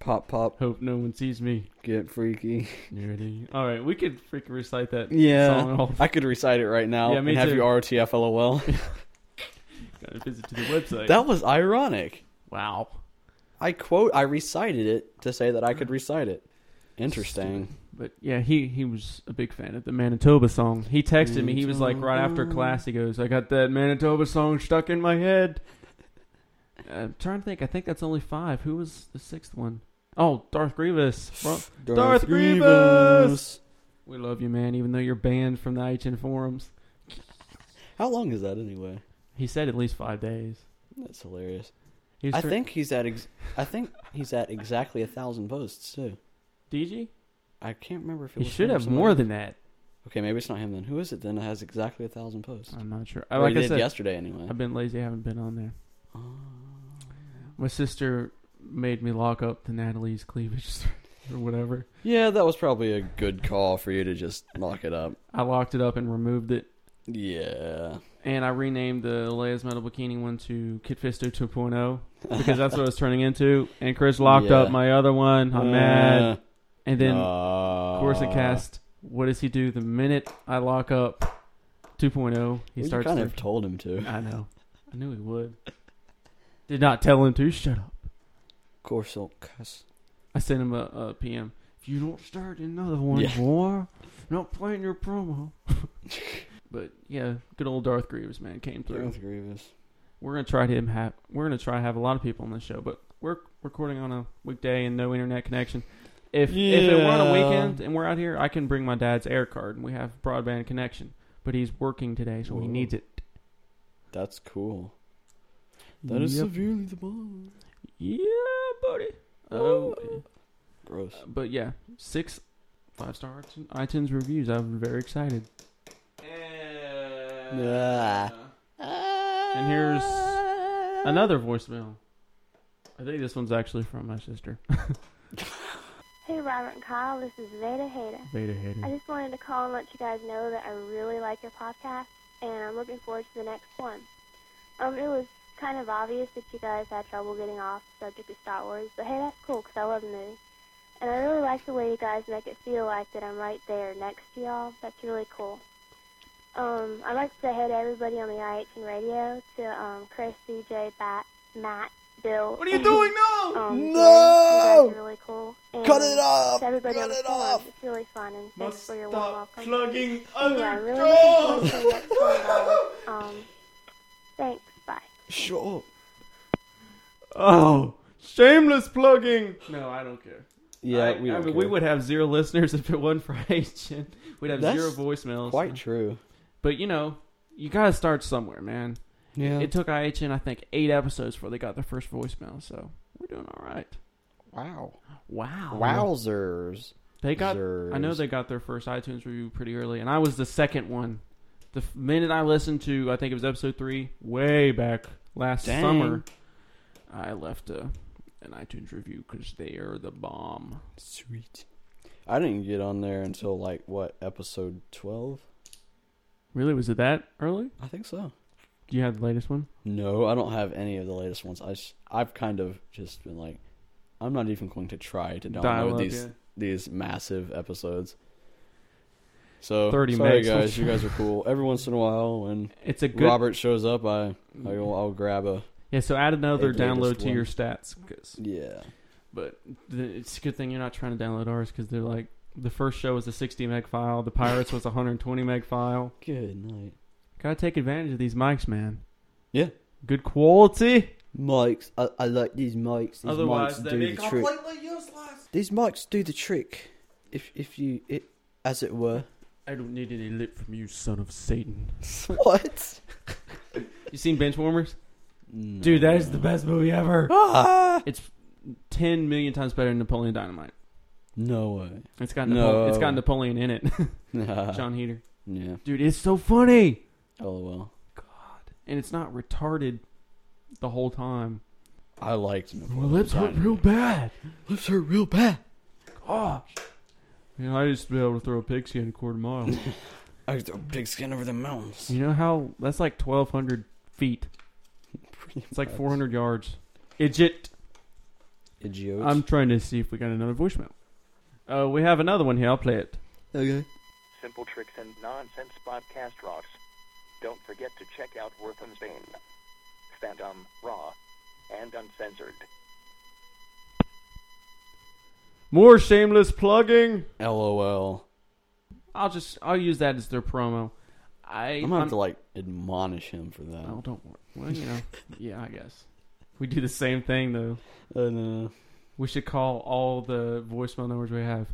S4: Pop pop.
S3: Hope no one sees me.
S4: Get freaky.
S3: Nerdy. All right, we could freaking recite that. song
S4: Yeah,
S3: all-
S4: I could recite it right now.
S3: Yeah, me
S4: and have
S3: too.
S4: you RTF LOL.
S3: Gotta visit to the website.
S4: That was ironic.
S3: Wow.
S4: I quote. I recited it to say that I could recite it. Interesting.
S3: But yeah, he he was a big fan of the Manitoba song. He texted me. He was like right after class. He goes, "I got that Manitoba song stuck in my head." I'm trying to think. I think that's only five. Who was the sixth one? Oh, Darth Grievous. Bro- Darth, Grievous.
S4: Grievous.
S3: We love you, man. Even though you're banned from the IHN forums.
S4: How long is that anyway?
S3: He said at least five days.
S4: That's hilarious.
S3: He was
S4: I
S3: tr-
S4: think he's at. Ex- I think he's at exactly a thousand posts too.
S3: DG?
S4: I can't remember if it
S3: He
S4: was
S3: should
S4: him or
S3: have
S4: somebody
S3: more
S4: else.
S3: than that.
S4: Okay, maybe it's not him then. Who is it then? that has exactly a thousand posts.
S3: I'm not sure. Uh,
S4: Or
S3: like I
S4: he did
S3: said,
S4: yesterday anyway. Ah.
S3: I've been lazy. I haven't been on there. My sister made me lock up the Natalie's cleavage or whatever.
S4: Yeah, that was probably a good call for you to just lock it up.
S3: I locked it up and removed it.
S4: Yeah.
S3: And I renamed the Leia's Metal Bikini one to Kid Fisto 2.0 because that's what it was turning into. And Chris locked
S4: Yeah.
S3: up my other one. I'm
S4: Uh,
S3: mad. And then
S4: uh.
S3: Corson Cast. What does he do the minute I lock up 2.0? He
S4: Well, you
S3: starts
S4: kind of
S3: searching.
S4: told him to.
S3: I know. I knew he would. Did not tell him to. Shut up.
S4: Corson Cast.
S3: I sent him a, a PM. If you don't start another one
S4: Yeah.
S3: more, not playing your promo. but yeah, good old Darth Grievous man came through.
S4: Darth Grievous.
S3: We're gonna try to him have. We're gonna try to have a lot of people on this show, but we're recording on a weekday and no internet connection. If if it were on a
S4: Yeah.
S3: weekend and we're out here, I can bring my dad's air card and we have broadband connection. But he's working today, so he needs it.
S4: That's cool. That is
S3: Yep.
S4: severely the bomb.
S3: Yeah, buddy. Oh,
S4: gross.
S3: But yeah, six five star iTunes reviews. I'm very excited.
S9: Uh,
S3: And here's another voicemail. I think this one's actually from my sister.
S9: Hey, Robert and Kyle, this is Veda Hater.
S3: Veda Hater.
S9: I just wanted to call and let you guys know that I really like your podcast, and I'm looking forward to the next one. Um, it was kind of obvious that you guys had trouble getting off the subject of Star Wars, but hey, that's cool, because I love the movie. And I really like the way you guys make it feel like that I'm right there next to y'all. That's really cool. Um, I'd like to say hey to everybody on the IHN radio, to um, Chris, CJ, Bat, Matt, Bill. What are you doing now? um, Jim. You
S4: No!
S9: guys are really cool. And
S4: Oh! Cut it off!
S9: to everybody
S4: Cut
S9: on the
S4: it
S9: forum,
S4: off!
S9: It's really fun, and thanks for your warm
S4: Stop
S9: welcome.
S4: plugging
S9: Anyway,
S4: other
S9: really looking forward to the next one, guys. Um, thanks. Bye.
S4: Shut up.
S3: Oh, shameless plugging. No, I don't care.
S4: Yeah,
S3: I-
S4: we
S3: I
S4: don't
S3: mean, we
S4: care.
S3: would have zero listeners if it wasn't for Agent. We'd have
S4: That's
S3: zero voicemails.
S4: Quite true.
S3: But you know, you gotta start somewhere, man.
S4: Yeah.
S3: It took IHN, I think, eight episodes before they got their first voicemail, so we're doing all right.
S4: Wow.
S3: Wow.
S4: Wowzers.
S3: They got. I know
S4: Zers.
S3: they got their first iTunes review pretty early, and I was the second one. The f- minute I listened to, I think it was episode three, way back last
S4: Dang.
S3: summer, I left a, an iTunes review because they are the bomb.
S4: Sweet. I didn't get on there until like what episode twelve?
S3: Really, was it that early?
S4: I think so.
S3: Do you have the latest one?
S4: No, I don't have any of the latest ones. I s- I've kind of just been like, I'm not even going to try to download
S3: Dial up,
S4: these
S3: yeah.
S4: these massive episodes. So
S3: 30
S4: sorry
S3: megs.
S4: guys, you guys are cool. Every once in a while, when
S3: It's a good- Mm.
S4: Robert shows up, I I'll, I'll grab a
S3: Yeah, so add another
S4: a
S3: download
S4: latest
S3: to
S4: one.
S3: your stats. 'cause-
S4: Yeah.
S3: But th- it's a good thing you're not trying to download ours because they're like, the first show was a 60 meg file, the Pirates was a 120 meg file.
S4: Good night.
S3: Gotta take advantage of these mics, man.
S4: Yeah.
S3: Good quality.
S16: Mics. I, I like these mics. These
S3: Otherwise,
S16: mics
S3: they'd
S16: do
S3: be
S16: the trick.
S3: completely useless.
S16: These mics do the trick. If if you it as it were.
S3: I don't need any lip from you, son of Satan.
S16: What?
S3: You seen Benchwarmers? Dude, that is the best movie ever.
S4: Ah!
S3: It's 10 million times better than Napoleon Dynamite.
S4: No way.
S3: It's got
S4: No.
S3: Napo- it's got Napoleon in it. John Heater.
S4: Yeah.
S3: Dude, it's so funny.
S4: LOL.
S3: And it's not retarded the whole time.
S4: I liked
S3: My lips hurt real bad.
S4: Lips hurt real bad.
S3: Gosh. You know, I used to be able to throw a pigskin a quarter mile.
S4: I throw pigskin over the mountains.
S3: you know how that's like 1,200 feet. It's like 400 yards. Idiot.
S4: Idiot.
S3: I'm trying to see if we got another voicemail. Uh, we have another one here. I'll play it.
S4: Okay.
S19: Simple Tricks and Nonsense Podcast rocks. Don't forget to check out Wortham's Bane. Fandom, raw, and uncensored.
S3: More shameless plugging.
S4: LOL.
S3: I'll just I'll use that as their promo. I
S4: I'm gonna have to like admonish him for that.
S3: Oh, don't worry. Well, you know, yeah, I guess. We do the same thing though. Uh, no. We should call all the voicemail numbers we have.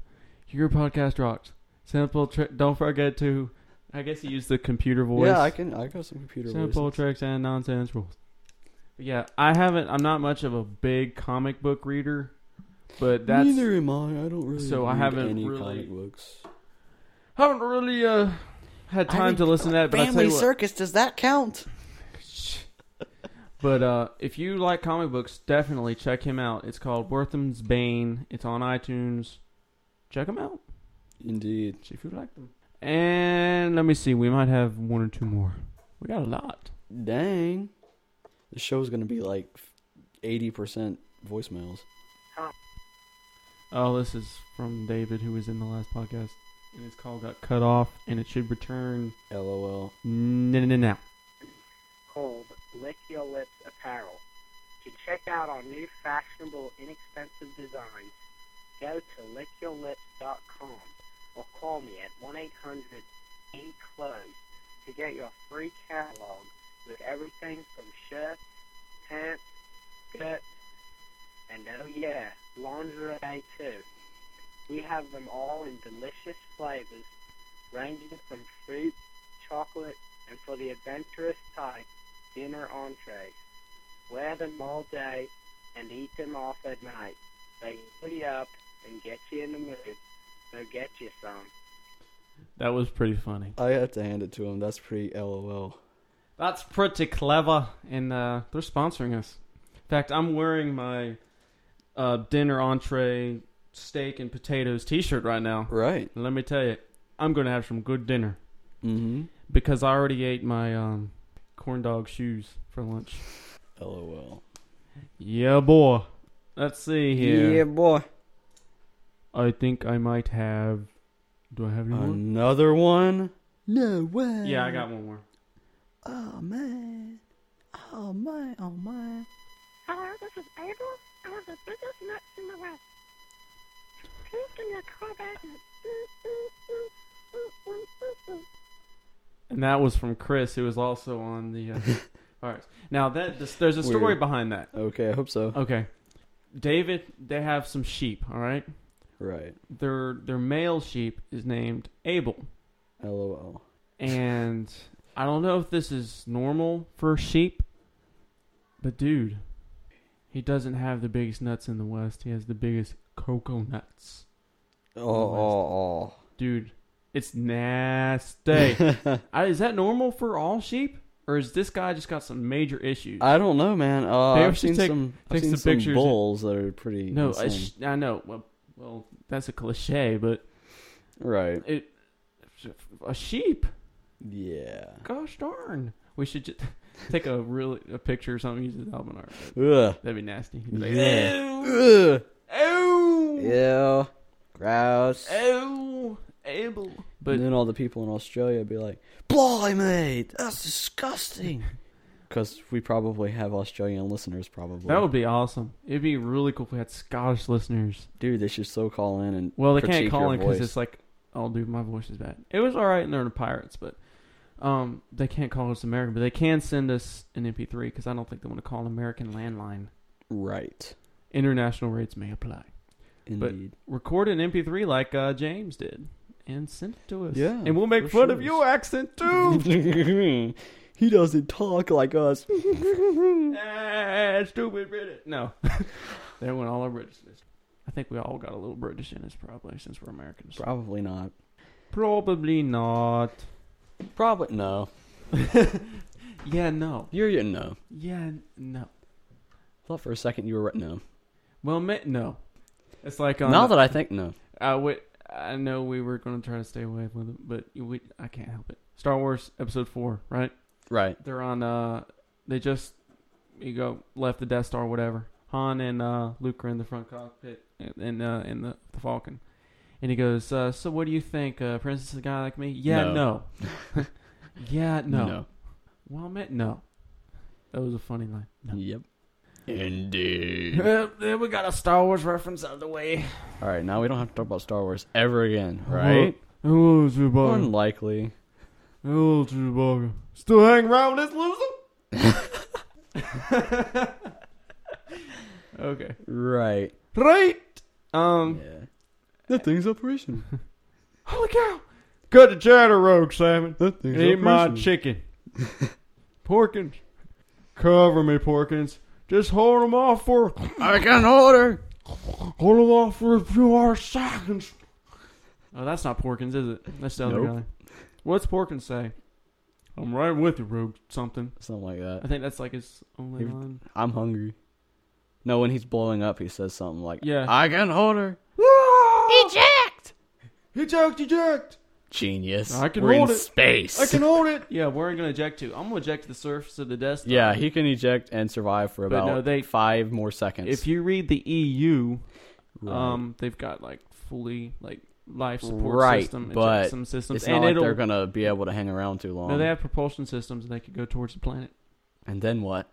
S3: Your podcast rocks. Sample trick. Don't forget to. I guess you use the computer voice.
S4: Yeah, I can. I got some computer
S3: Sample
S4: voices.
S3: tricks and nonsense rules. But yeah, I haven't. I'm not much of a big comic book reader, but that's
S4: Neither am I. I don't really.
S3: so I
S4: read
S3: haven't
S4: any
S3: really
S4: comic books.
S3: haven't really uh had
S14: I
S3: time to
S14: think
S3: listen to that. But I tell
S14: Family
S3: you what,
S14: Circus, does that count?
S3: But uh, if you like comic books, definitely check him out. It's called Wortham's Bane. It's on iTunes. Check him out.
S4: Indeed.
S3: If you like them. And let me see. We might have one or two more. We got a lot.
S4: Dang. The show's gonna be like eighty percent voicemails.
S3: Oh, this is from David, who was in the last podcast, and his call got cut off, and it should return.
S4: LOL.
S3: No, no, no, no.
S5: called Lick Your Lips Apparel. To check out our new fashionable, inexpensive designs, go to lickyourlips.com or call me at 1-800-E-CLOSE to get your free catalog with everything from shirts, pants, skirts, and oh yeah, lingerie too. We have them all in delicious flavors, ranging from fruit, chocolate, and for the adventurous type, dinner entrees. Wear them all day and eat them off at night. They fill you up and get you in the mood. So get you some.
S3: That was pretty funny.
S4: I have to hand it to him. That's pretty LOL.
S3: That's pretty clever, and uh, they're sponsoring us. In fact, I'm wearing my uh, dinner entree steak and potatoes T-shirt right now.
S4: Right.
S3: let me tell you, I'm going to have some good dinner. Mm-hmm. Because I already ate my um, corn dog shoes for lunch.
S4: LOL.
S3: Yeah, boy. Let's see here.
S4: Yeah,
S3: boy. I think I might have. Do I have any more?
S4: Another one.
S16: No way.
S3: Yeah, I got one more.
S16: Oh man. Oh my. Oh my.
S20: Hello, this is Abel. I have the biggest nuts in the West. Please give me a call back.
S3: And that was from Chris, who was also on the. Uh, all right. Now that this, there's a story
S4: Weird.
S3: behind that.
S4: Okay, I hope so.
S3: Okay. David, they have some sheep. All right.
S4: Right.
S3: Their their male sheep is named Abel,
S4: LOL.
S3: and I don't know if this is normal for sheep, but dude, he doesn't have the biggest nuts in the West. He has the biggest cocoa nuts. in the
S4: Oh,
S3: West. dude, it's nasty. I, is that normal for all sheep, or is this guy just got some major issues?
S4: I don't know, man. Uh,
S3: Maybe we
S4: I've
S3: should
S4: seen
S3: take-
S4: some.
S3: take
S4: I've seen
S3: some
S4: some
S3: pictures.
S4: bulls that are pretty.
S3: No, I,
S4: insane.
S3: sh- I know. Well, well, that's a cliche, but
S4: right.
S3: It a sheep.
S4: Yeah.
S3: Gosh darn. We should just take a real a picture or something. Use it as album art.
S4: Ugh.
S3: That'd be nasty. He'd be like,
S4: Yeah.
S3: "Ew."
S4: Ugh. Ew. Gross.
S3: Ew. Abel. Eh, But
S4: and then all the people in Australia would be like,
S14: Blimey, that's disgusting.
S4: because we probably have Australian listeners, probably.
S3: That would be awesome. It'd be really cool if we had Scottish listeners.
S4: Dude, they should so call in and.
S3: Well, they can't
S4: critique
S3: call
S4: your
S3: in because
S4: voice.
S3: it's like, oh, dude, my voice is bad. It was all right, and they're the pirates, but um, they can't call us American, but they can send us an MP3 because I don't think they want to call an American landline.
S4: Right.
S3: International rates may apply.
S4: Indeed.
S3: But record an MP3 like uh, James did and send it to us.
S4: Yeah,
S3: And we'll make
S4: for
S3: fun of
S4: sure.
S3: your accent too.
S4: he doesn't talk like us.
S3: Ah, stupid British. No. they went all our Britishness. I think we all got a little British in us probably since we're Americans.
S4: Probably not.
S3: Probably not.
S4: Probably no.
S3: yeah, no.
S4: You're you no.
S3: Yeah, n- no.
S4: Thought for a second you were right. No.
S3: Well, ma- no. It's like on
S4: now
S3: the-
S4: that I think no.
S3: I would. I know we were going to try to stay away from it, but we, I can't help it. Star Wars Episode Four, right?
S4: Right.
S3: They're on. Uh, they just you go left the Death Star, whatever. Han and uh, Luke are in the front cockpit, and, and uh, in the, the Falcon, and he goes, uh, "So what do you think, uh, Princess? A guy like me? Yeah, no.
S4: No.
S3: yeah, no.
S4: No.
S3: Well, man, no. That was a funny line.
S4: Yep. Indeed.
S3: Well, there we got a Star Wars reference out of the way.
S4: All right, now we don't have to talk about Star Wars ever again, right?
S3: Hello, Chewbacca.
S4: Unlikely.
S3: Hello, Chewbacca. Still hanging around with this loser? Okay.
S4: Right.
S3: Right. Um.
S16: That thing's operation.
S3: Holy cow! Cut the chatter rogue, Simon.
S16: That thing's
S3: Eat my
S16: operation.
S3: chicken. Porkins. Cover me, Porkins. Just hold them off for. I can hold her. Hold them off for a few more seconds. Oh, that's not Porkins, is it? That's the other
S4: Nope.
S3: guy. What's Porkins say? I'm right with you, Rogue. Something.
S4: Something like that.
S3: I think that's like his only
S4: If-
S3: line.
S4: I'm hungry. No, when he's blowing up, he says something like,
S3: Yeah.
S4: I can hold her."
S3: Eject! Ah! Eject! Eject!
S4: Genius.
S3: I can
S4: We're
S3: hold
S4: in
S3: it.
S4: space.
S3: I can hold it. Yeah, where are you gonna eject to? I'm gonna eject to the surface of the desktop.
S4: Yeah, he can eject and survive for
S3: But
S4: about
S3: no, they-
S4: five more seconds.
S3: If you read the EU,
S4: Right.
S3: um, they've got like fully like life support
S4: right,
S3: system,
S4: but
S3: ejection systems,
S4: it's
S3: and
S4: not like
S3: it'll-
S4: they're gonna be able to hang around too long.
S3: No, they have propulsion systems and they could go towards the planet.
S4: And then what?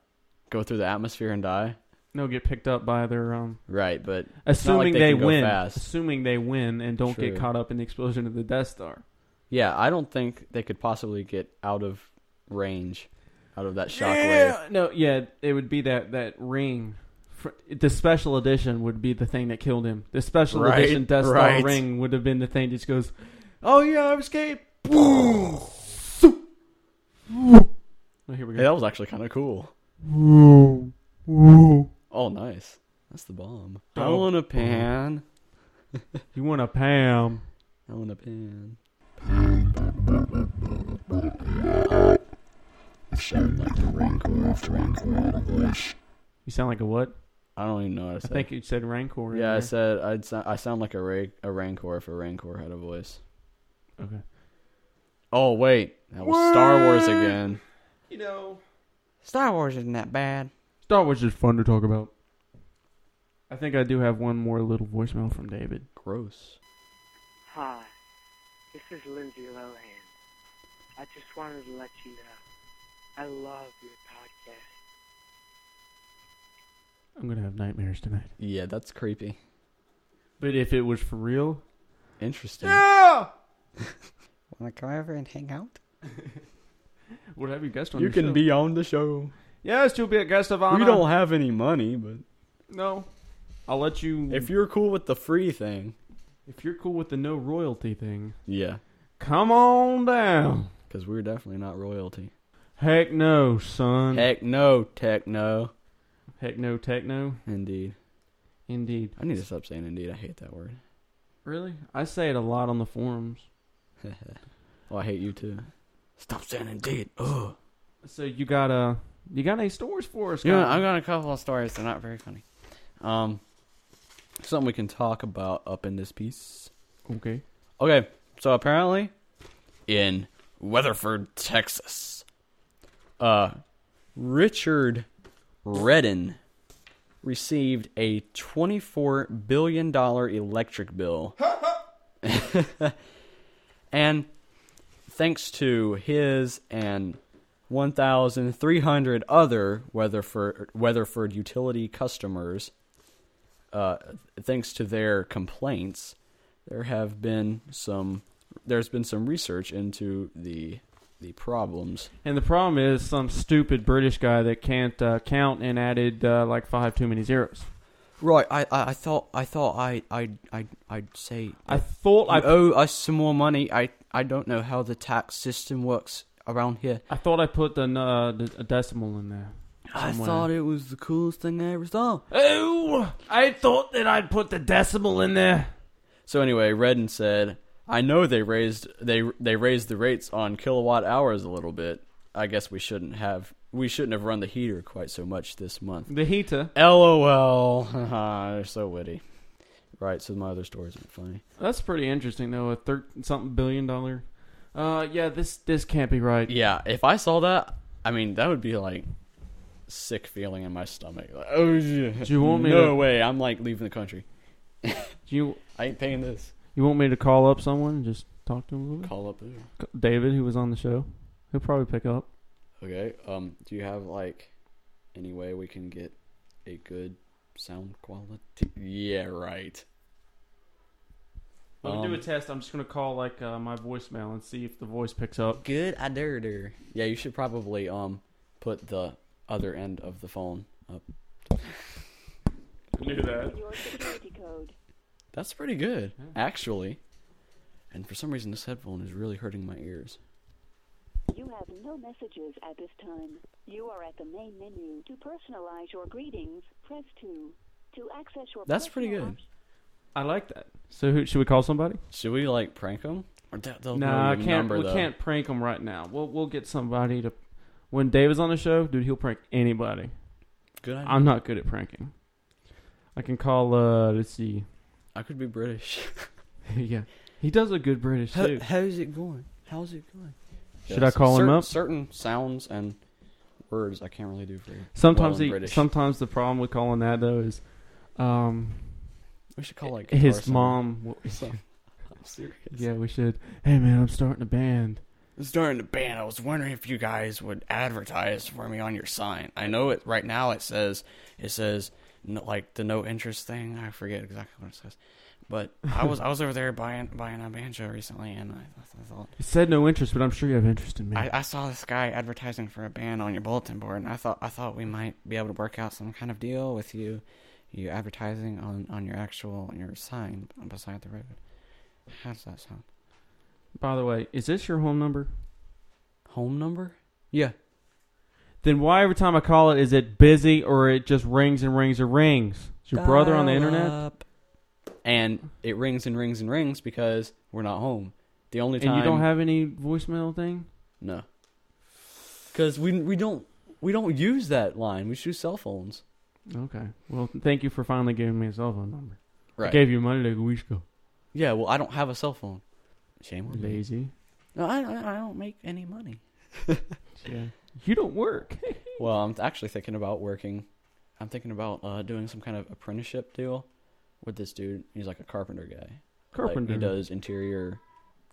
S4: Go through the atmosphere and die?
S3: No, get picked up by their um.
S4: Right, but it's not
S3: Assuming
S4: like they,
S3: they,
S4: can go
S3: win,
S4: fast.
S3: assuming they win and don't
S4: True.
S3: get caught up in the explosion of the Death Star.
S4: Yeah, I don't think they could possibly get out of range, out of that shockwave.
S3: Yeah, Uh, no, yeah, it would be that that ring. Fr- The special edition would be the thing that killed him. The special
S4: Right,
S3: edition Death Star
S4: right.
S3: ring would have been the thing that just goes, "Oh yeah, I've escaped!" Boom. Soup. Woo. Oh, here we go.
S4: Hey, that was actually kind of cool.
S16: Whoa. Whoa.
S4: Oh, nice. That's the bomb. I
S3: Oh.
S4: want a pan.
S3: you want a Pam?
S4: I want a pan.
S21: Sound like the rancor after rancor out of voice.
S3: You sound like a what?
S4: I don't even know what I
S3: I
S4: said.
S3: think you said Rancor. in
S4: yeah, I
S3: there.
S4: said I'd sou- I sound like a ra- a rancor if a rancor had a voice.
S3: Okay.
S4: Oh wait, that was Star Wars again.
S3: You know,
S14: Star Wars isn't that bad.
S3: Star Wars is fun to talk about. I think I do have one more little voicemail from David.
S4: Gross.
S5: Hi, this is Lindsay Lohan. I just wanted to let you know I love your podcast.
S3: I'm gonna have nightmares tonight.
S4: Yeah, that's creepy.
S3: But if it was for real,
S4: interesting.
S3: Yeah.
S14: Wanna come over and hang out?
S3: Would have you guessed on
S4: You
S3: your
S4: can
S3: show.
S4: be on the show.
S3: Yes, you'll be a guest of honor.
S4: We don't have any money, but
S3: No. I'll let you.
S4: if you're cool with the free thing,
S3: If you're cool with the no royalty thing,
S4: yeah,
S3: come on down.
S4: because we're definitely not royalty.
S3: Heck no, son.
S4: Heck no, techno.
S3: Heck no, techno.
S4: Indeed.
S3: Indeed.
S4: I need to stop saying indeed. I hate that word.
S3: Really? I say it a lot on the forums.
S4: oh, I hate you too. Stop saying indeed. Ugh.
S3: So you got uh you got any stories for us?
S4: Yeah,
S3: Kyle?
S4: I've got a couple of stories. They're not very funny. Um, something we can talk about up in this piece.
S3: Okay.
S4: Okay. So apparently, in Weatherford, Texas, uh, Richard Redden received a twenty-four billion dollar electric bill, and thanks to his and 1,300 other Weatherford, Weatherford utility customers, uh, thanks to their complaints, there have been some. There's been some research into the the problems.
S3: And the problem is some stupid British guy that can't uh, count and added uh, like five too many zeros.
S4: Right, I, I, I thought I thought I I I I'd say
S3: I thought I-
S4: owe us some more money. I I don't know how the tax system works around here.
S3: I thought I put the, uh, the a decimal in there. somewhere.
S4: it was the coolest thing I ever saw.
S3: Oh, I thought that I'd put the decimal in there.
S4: So anyway, Redden said, "I know they raised they they raised the rates on kilowatt hours a little bit. I guess we shouldn't have we shouldn't have run the heater quite so much this month."
S3: The heater.
S4: LOL. Haha, They're so witty. Right. So my other stories aren't funny.
S3: That's pretty interesting though. A thir- something billion dollar. Uh, yeah. This this can't be right.
S4: Yeah. If I saw that, I mean, that would be like sick feeling in my stomach. Like, oh, yeah.
S3: Do you want me
S4: No
S3: to-
S4: way. I'm like leaving the country.
S3: Do you
S4: I ain't paying this.
S3: you want me to call up someone and just talk to him a little bit?
S4: Call up who?
S3: C- David, who was on the show. He'll probably pick up.
S4: Okay. Um. Do you have like any way we can get a good sound quality? Yeah. Right.
S3: Let me do
S4: Um,
S3: a test. I'm just gonna call like uh, my voicemail and see if the voice picks up.
S4: Good idea. Yeah. You should probably um put the other end of the phone up.
S3: knew that.
S8: Your security code.
S4: That's pretty good, actually. And for some reason, this headphone is really hurting my ears.
S8: You have no messages at this time. You are at the main menu. To personalize your greetings, press 2. To access your
S4: That's pretty good.
S3: I like that. So who should we call somebody?
S4: Should we like prank them? Or they'll- they'll
S3: No,
S4: know
S3: I
S4: your
S3: can't.
S4: number,
S3: we
S4: though.
S3: can't prank him right now. We'll we'll get somebody to. When David's on the show, dude, he'll prank anybody.
S4: Good idea.
S3: I'm not good at pranking. I can call. uh Let's see.
S4: I could be British.
S3: yeah, he does a good British too.
S4: how's it going? How's it going?
S3: Should I call him
S4: certain,
S3: up?
S4: Certain sounds and words I can't really do for you.
S3: Sometimes
S4: well in
S3: he.
S4: British.
S3: Sometimes the problem with calling that though is, um,
S4: we should call like
S3: his
S4: guitar center.
S3: mom. will-
S4: So- I'm serious.
S3: yeah, we should. Hey man, I'm starting a band.
S4: It's during the band. I was wondering if you guys would advertise for me on your sign. I know it right now. It says it says no, like the no interest thing. I forget exactly what it says, but I was I was over there buying buying a banjo recently, and I, I thought
S3: It said no interest, but I'm sure you have interest in me.
S4: I, I saw this guy advertising for a band on your bulletin board, and I thought I thought we might be able to work out some kind of deal with you, you advertising on on your actual on your sign beside the road. How does that sound?
S3: By the way, is this your home number?
S4: Home number? Yeah.
S3: Then why every time I call it is it busy or it just rings and rings and rings? Is your brother on the
S4: Dial
S3: internet?
S4: up. And it rings and rings and rings because we're not home. The only time
S3: And you don't have any voicemail thing?
S4: no, because we we don't we don't use that line. We use cell phones.
S3: Okay. Well, thank you for finally giving me a cell phone number. I
S4: Right.
S3: gave you money like a week ago.
S4: Yeah, well, I don't have a cell phone. Shame on me.
S3: Lazy.
S4: No, I I I don't make any money.
S3: Yeah. You don't work.
S4: well, I'm actually thinking about working. I'm thinking about uh, doing some kind of apprenticeship deal with this dude. He's like a carpenter guy. Like,
S3: Carpenter.
S4: he does interior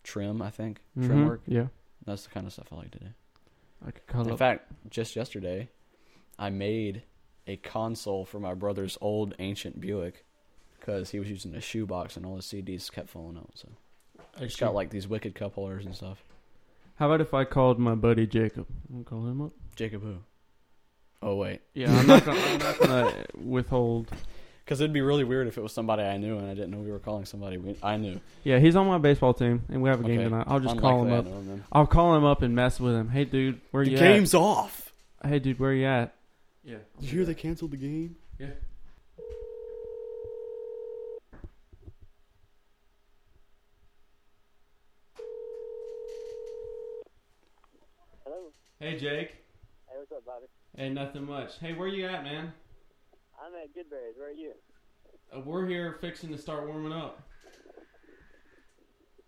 S4: trim, I think. Trim
S3: Mhm,
S4: work.
S3: yeah.
S4: That's the kind of stuff I like to do.
S3: I could call
S4: In
S3: up-
S4: fact, just yesterday, I made a console for my brother's old ancient Buick because he was using a shoebox and all his CDs kept falling out. So
S3: A
S4: it's
S3: shoe-
S4: got like these wicked cup holders and stuff.
S3: How about if I called my buddy Jacob? I'll call him up.
S4: Jacob who? Oh wait.
S3: Yeah, I'm not gonna, I'm not gonna withhold.
S4: Because it'd be really weird if it was somebody I knew and I didn't know we were calling somebody we, I knew.
S3: Yeah, he's on my baseball team, and we have a game
S4: Okay.
S3: tonight. I'll just
S4: Unlikely
S3: call him
S4: I
S3: up.
S4: know him then.
S3: I'll call him up and mess with him. Hey, dude, where
S4: The
S3: you?
S4: game's
S3: at?
S4: off.
S3: Hey, dude, where you at? Yeah.
S4: You hear they canceled the game?
S3: Yeah.
S22: Hello.
S3: Hey, Jake.
S22: Hey, what's up, Bobby?
S3: Hey, nothing much. Hey, where you at, man?
S22: I'm at Goodberry's. Where are you?
S3: Uh, we're here fixing to start warming up.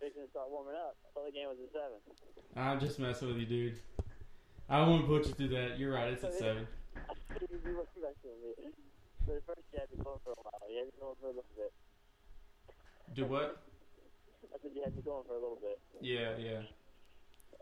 S22: Fixing to start warming up. I thought the game was at seven.
S3: I'm just messing with you, dude. I won't put you through that. You're right. It's at seven.
S22: you were messing with me. But at first, you had me going for a while. You had me going for a little bit.
S3: Do what?
S22: I said you had me going for a little bit.
S3: Yeah, yeah.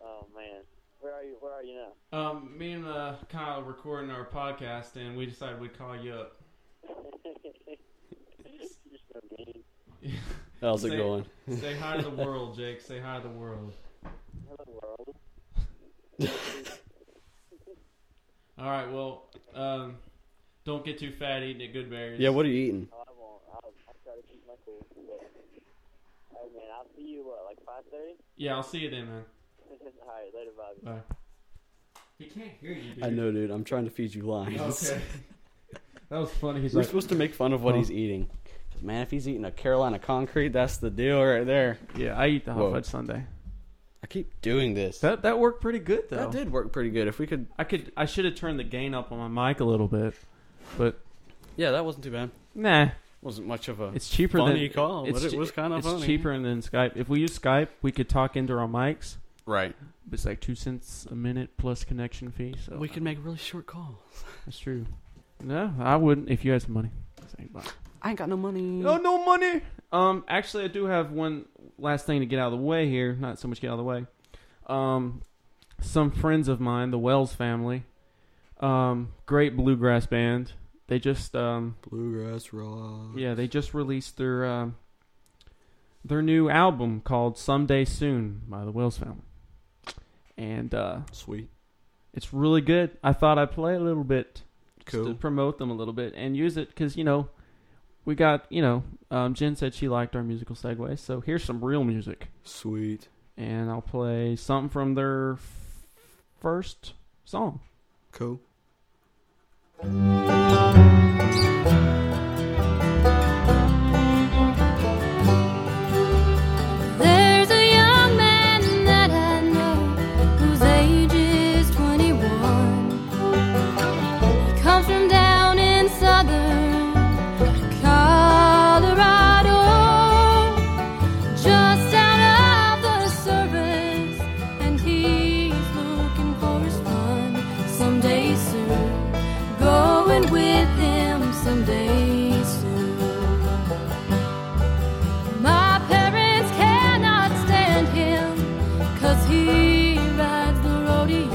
S22: Oh man, where are you? Where are you now?
S3: Um, me and uh, Kyle are recording our podcast, and we decided we'd call you up.
S22: You're so mean.
S4: How's it
S3: Say-
S4: going?
S3: say hi to the world, Jake. Say hi to the world.
S22: Hello, world.
S3: All right. Well, um, don't get too fat eating at Goodberries.
S4: Yeah, what are you eating?
S22: Oh, I won't. I'll, I'll try to keep my cool. But... All right, man. I'll see you what, like five thirty?
S3: Yeah, I'll see you then, man.
S22: All right, later, Bobby.
S3: Bye. He can't hear you, dude.
S4: I know, dude. I'm trying to feed you lines.
S3: Okay. that was funny. He's
S4: We're
S3: like,
S4: supposed to make fun of what he's eating. 'Cause, man, if he's eating a Carolina concrete, that's the deal right there.
S3: Yeah, I eat the hot
S4: Whoa.
S3: fudge sundae.
S4: I keep doing this.
S3: That that worked pretty good though.
S4: That did work pretty good. If we could,
S3: I could. I should have turned the gain up on my mic a little bit, but
S4: Yeah, that wasn't too bad.
S3: nah.
S4: Wasn't much of a
S3: It's cheaper
S4: funny
S3: than
S4: call,
S3: it's
S4: but it
S3: che-
S4: was kind of
S3: it's
S4: funny.
S3: cheaper than Skype. If we use Skype, we could talk into our mics.
S4: Right.
S3: It's like two cents a minute plus connection fee. So
S4: We could make really short calls.
S3: that's true. No, I wouldn't if you had some money. Say bye.
S4: I ain't got no money.
S3: Oh, no money. Um, actually, I do have one last thing to get out of the way here. Not so much get out of the way. Um, some friends of mine, the Wells family, um, great bluegrass band. They just um,
S4: bluegrass rock.
S3: Yeah, they just released their um, their new album called "Someday Soon" by the Wells family, and uh,
S4: sweet.
S3: It's really good. I thought I'd play a little bit just
S4: Cool.
S3: to promote them a little bit and use it because you know we got you know, um, Jen said she liked our musical segue, so here's some real music.
S7: Sweet.
S3: And I'll play something from their f- first song.
S7: Cool.
S8: There's a young man that I know whose age is 21. He comes from down in southern Colorado, just out of the service, and he's looking for his fun someday soon. Going with him someday soon. My parents cannot stand him, cause he rides the rodeo.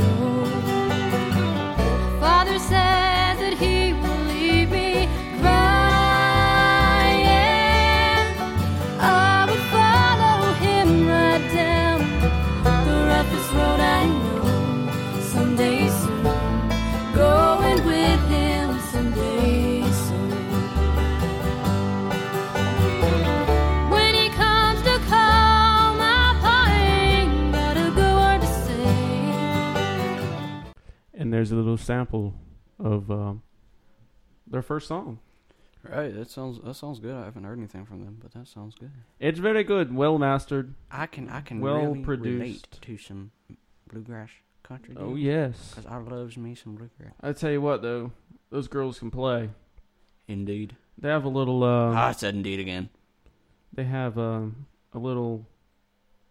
S8: Father says that he will leave me crying. I would follow him right down the roughest road I know someday soon. Going with him someday soon. When he comes to call my pine, got a good word to say.
S3: And there's a little sample of um, their first song.
S4: Right, that sounds that sounds good. I haven't heard anything from them, but that sounds good.
S3: It's very good, well mastered.
S5: I can I can
S3: well
S5: really
S3: produced.
S5: relate to some bluegrass country.
S3: Oh, yes.
S5: because I loves me some bluegrass.
S3: I tell you what though, those girls can play.
S4: Indeed.
S3: They have a little. Uh,
S4: Ah, I said indeed again.
S3: They have um, a little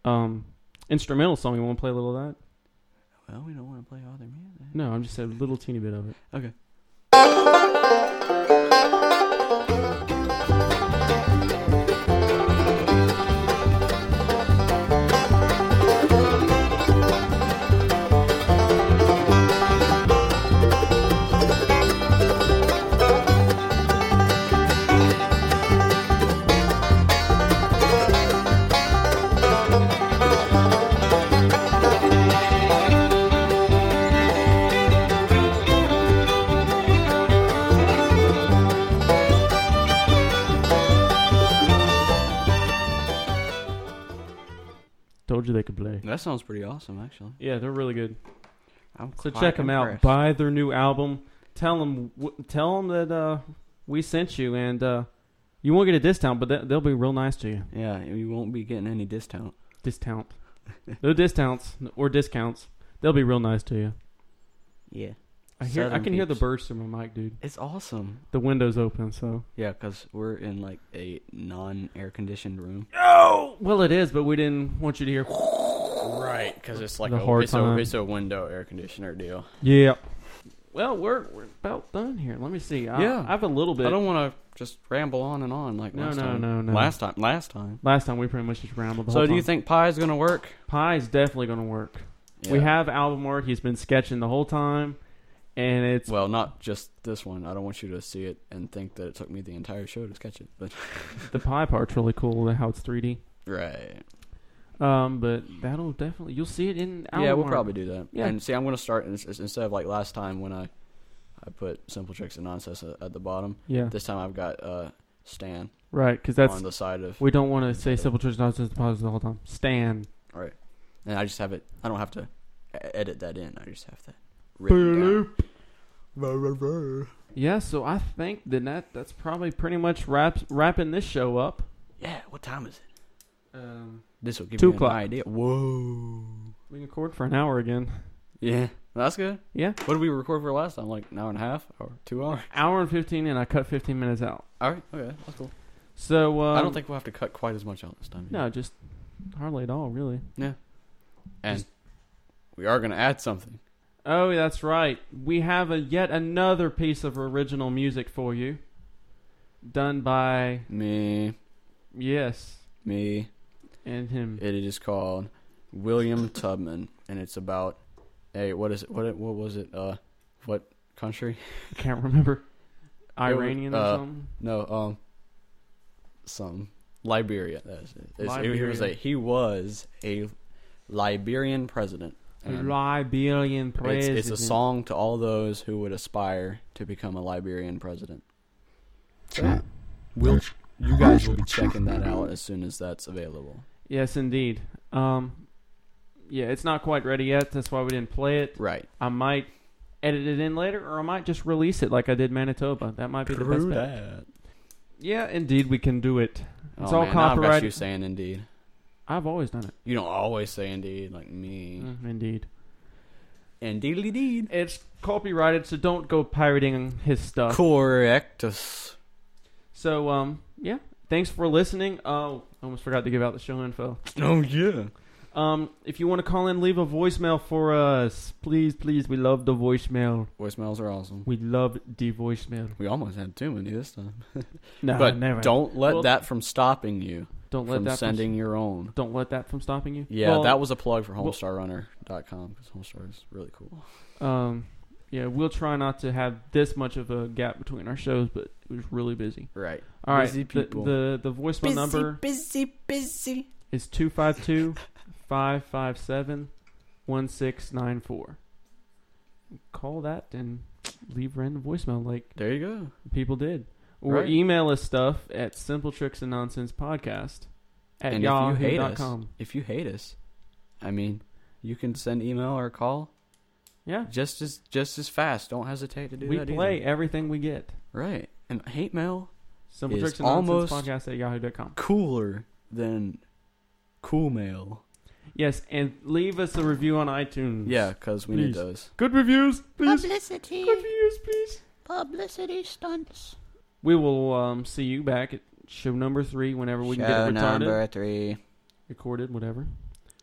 S3: um, instrumental song. You want to play a little of that?
S5: Well, we don't want to play all their music.
S3: No, I'm just saying a little teeny bit of it.
S4: Okay.
S3: Told you they could play.
S4: That sounds pretty awesome, actually.
S3: Yeah, they're really good.
S4: I'm
S3: so
S4: quite
S3: check them out.
S4: impressed.
S3: Buy their new album. Tell them, tell them that uh, we sent you, and uh, you won't get a discount, but they- they'll be real nice to you.
S4: Yeah, you won't be getting any discount.
S3: Discount. no discounts or discounts. They'll be real nice to you.
S5: Yeah.
S3: I hear. I
S4: Southern
S3: can hear the
S4: peeps.
S3: birds through my mic, dude.
S4: It's awesome.
S3: The window's open, so.
S4: Yeah, because we're in like a non-air conditioned room.
S3: Oh well, it is, but we didn't want you to hear.
S4: Right, because it's like
S3: The
S4: a,
S3: hard
S4: it's, a,
S3: time.
S4: it's a window air conditioner deal.
S3: Yeah. Well, we're we're about done here. Let me see. I,
S4: Yeah.
S3: I have a little bit.
S4: I don't want to just ramble on and on like
S3: No,
S4: last
S3: no,
S4: time.
S3: no, no.
S4: Last time, last time.
S3: Last time we pretty much just rambled. The
S4: So
S3: whole
S4: do you
S3: time.
S4: think pie's gonna work?
S3: Pie's definitely gonna work. We
S4: Yeah.
S3: have album art. He's been sketching the whole time, and it's
S4: Well, not just this one. I don't want you to see it and think that it took me the entire show to sketch it. But
S3: the pie part's really cool. How it's 3D.
S4: right,
S3: Um, but that'll definitely you'll see it in. Album
S4: yeah, we'll
S3: art.
S4: probably do that.
S3: Yeah.
S4: And see, I'm gonna start ins- ins- instead of like last time when I I put simple tricks and nonsense at, at the bottom.
S3: Yeah.
S4: This time I've got uh Stan.
S3: Right, because that's
S4: on the side of
S3: we don't want to say simple church nonsense deposits the whole time. Stan.
S4: Right. And I just have it. I don't have to e- edit that in. I just have that written down.
S3: Yeah, so I think then that that's probably pretty much wraps wrapping this show up.
S4: Yeah. What time is it?
S3: Um.
S4: This will give
S3: Two
S4: you
S3: o'clock.
S4: an idea. Whoa.
S3: We can record for an hour again.
S4: Yeah. That's good.
S3: Yeah.
S4: What did we record for last time? Like an hour and a half or two hours?
S3: Hour and fifteen, and I cut fifteen minutes out.
S4: All right. Okay. That's cool.
S3: So um,
S4: I don't think we'll have to cut quite as much out this time.
S3: no, just hardly at all, really.
S4: Yeah. And we are going to add something.
S3: Oh, that's right. We have a yet another piece of original music for you, done by
S4: Me.
S3: yes
S4: Me.
S3: and him.
S4: It is called William Tubman, and it's about a what is it? What it- what was it? Uh, what country?
S3: Can't remember.
S4: It was-
S3: Iranian or
S4: uh,
S3: something?
S4: No, um, some Liberia. That's it. It's- He was a
S3: Liberia.
S4: he was a Liberian president. and
S3: Liberian
S4: it's-
S3: president.
S4: It's, a song to all those who would aspire to become a Liberian president. We'll, you guys will be checking that out as soon as that's available.
S3: Yes, indeed. Um, yeah, it's not quite ready yet. That's why we didn't play it.
S4: Right.
S3: I might edit it in later, or I might just release it like I did Manitoba. That might be the best
S4: True
S3: bet. Yeah, indeed, we can do it. It's
S4: Oh,
S3: all
S4: man, now I've got
S3: copyrighted.
S4: you saying indeed.
S3: I've always done it. Mm-hmm.
S4: You don't always say indeed like me.
S3: Mm. indeed.
S4: Indeed, indeed.
S3: It's copyrighted, so don't go pirating his stuff.
S4: Correctus.
S3: So, um, yeah. Thanks for listening. Oh, I almost forgot to give out the show info.
S4: Oh, yeah.
S3: Um, if you want to call in, leave a voicemail for us. Please, please, we love the voicemail.
S4: Voicemails are awesome.
S3: We love the voicemail.
S4: We almost had too many this time.
S3: No,
S4: but
S3: never.
S4: Don't let
S3: Well-
S4: that from stopping you.
S3: Don't let
S4: from
S3: that from-
S4: sending your own.
S3: Don't let that from stopping you.
S4: Yeah,
S3: Well-
S4: that was a plug for
S3: well-
S4: HomestarRunner.com because Homestar is really cool.
S3: Um, yeah, we'll try not to have this much of a gap between our shows, but it was really busy.
S4: Right.
S3: All right.
S4: Busy
S3: the-
S4: people.
S3: The the, voicemail
S14: Busy,
S3: number
S14: busy, busy.
S3: is 252-557-1694. Call that and leave random voicemail like
S4: There you go.
S3: People did. Or
S4: Right.
S3: email us stuff at simple tricks and nonsense podcast at
S4: and
S3: yahoo
S4: if you hate
S3: dot
S4: us,
S3: com.
S4: if you hate us, I mean, you can send email or call.
S3: Yeah.
S4: Just as just as fast. Don't hesitate to do
S3: We
S4: that.
S3: play
S4: either.
S3: everything we get.
S4: Right. And hate mail
S3: Simple
S4: is
S3: tricks and
S4: almost
S3: nonsense podcast at yahoo.com.
S4: cooler than cool mail.
S3: Yes, and leave us a review on iTunes.
S4: Yeah, 'cause we need
S3: Please.
S4: those.
S3: Good reviews, please.
S6: Publicity.
S3: Reviews, please.
S6: Publicity stunts.
S3: We will um, see you back at show number three whenever we
S4: Show
S3: can get it retarded.
S4: number three.
S3: Recorded, whatever.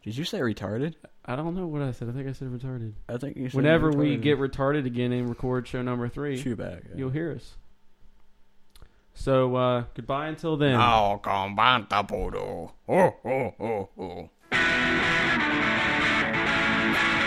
S4: Did you say retarded?
S3: I don't know what I said. I think I said retarded.
S4: I think you said
S3: Whenever we
S4: retarded.
S3: get retarded again and record show number three,
S4: Chew back, yeah.
S3: you'll hear us. So uh, goodbye until then.
S4: Oh, combanta puro. Oh, oh, oh, oh.
S1: Thank you.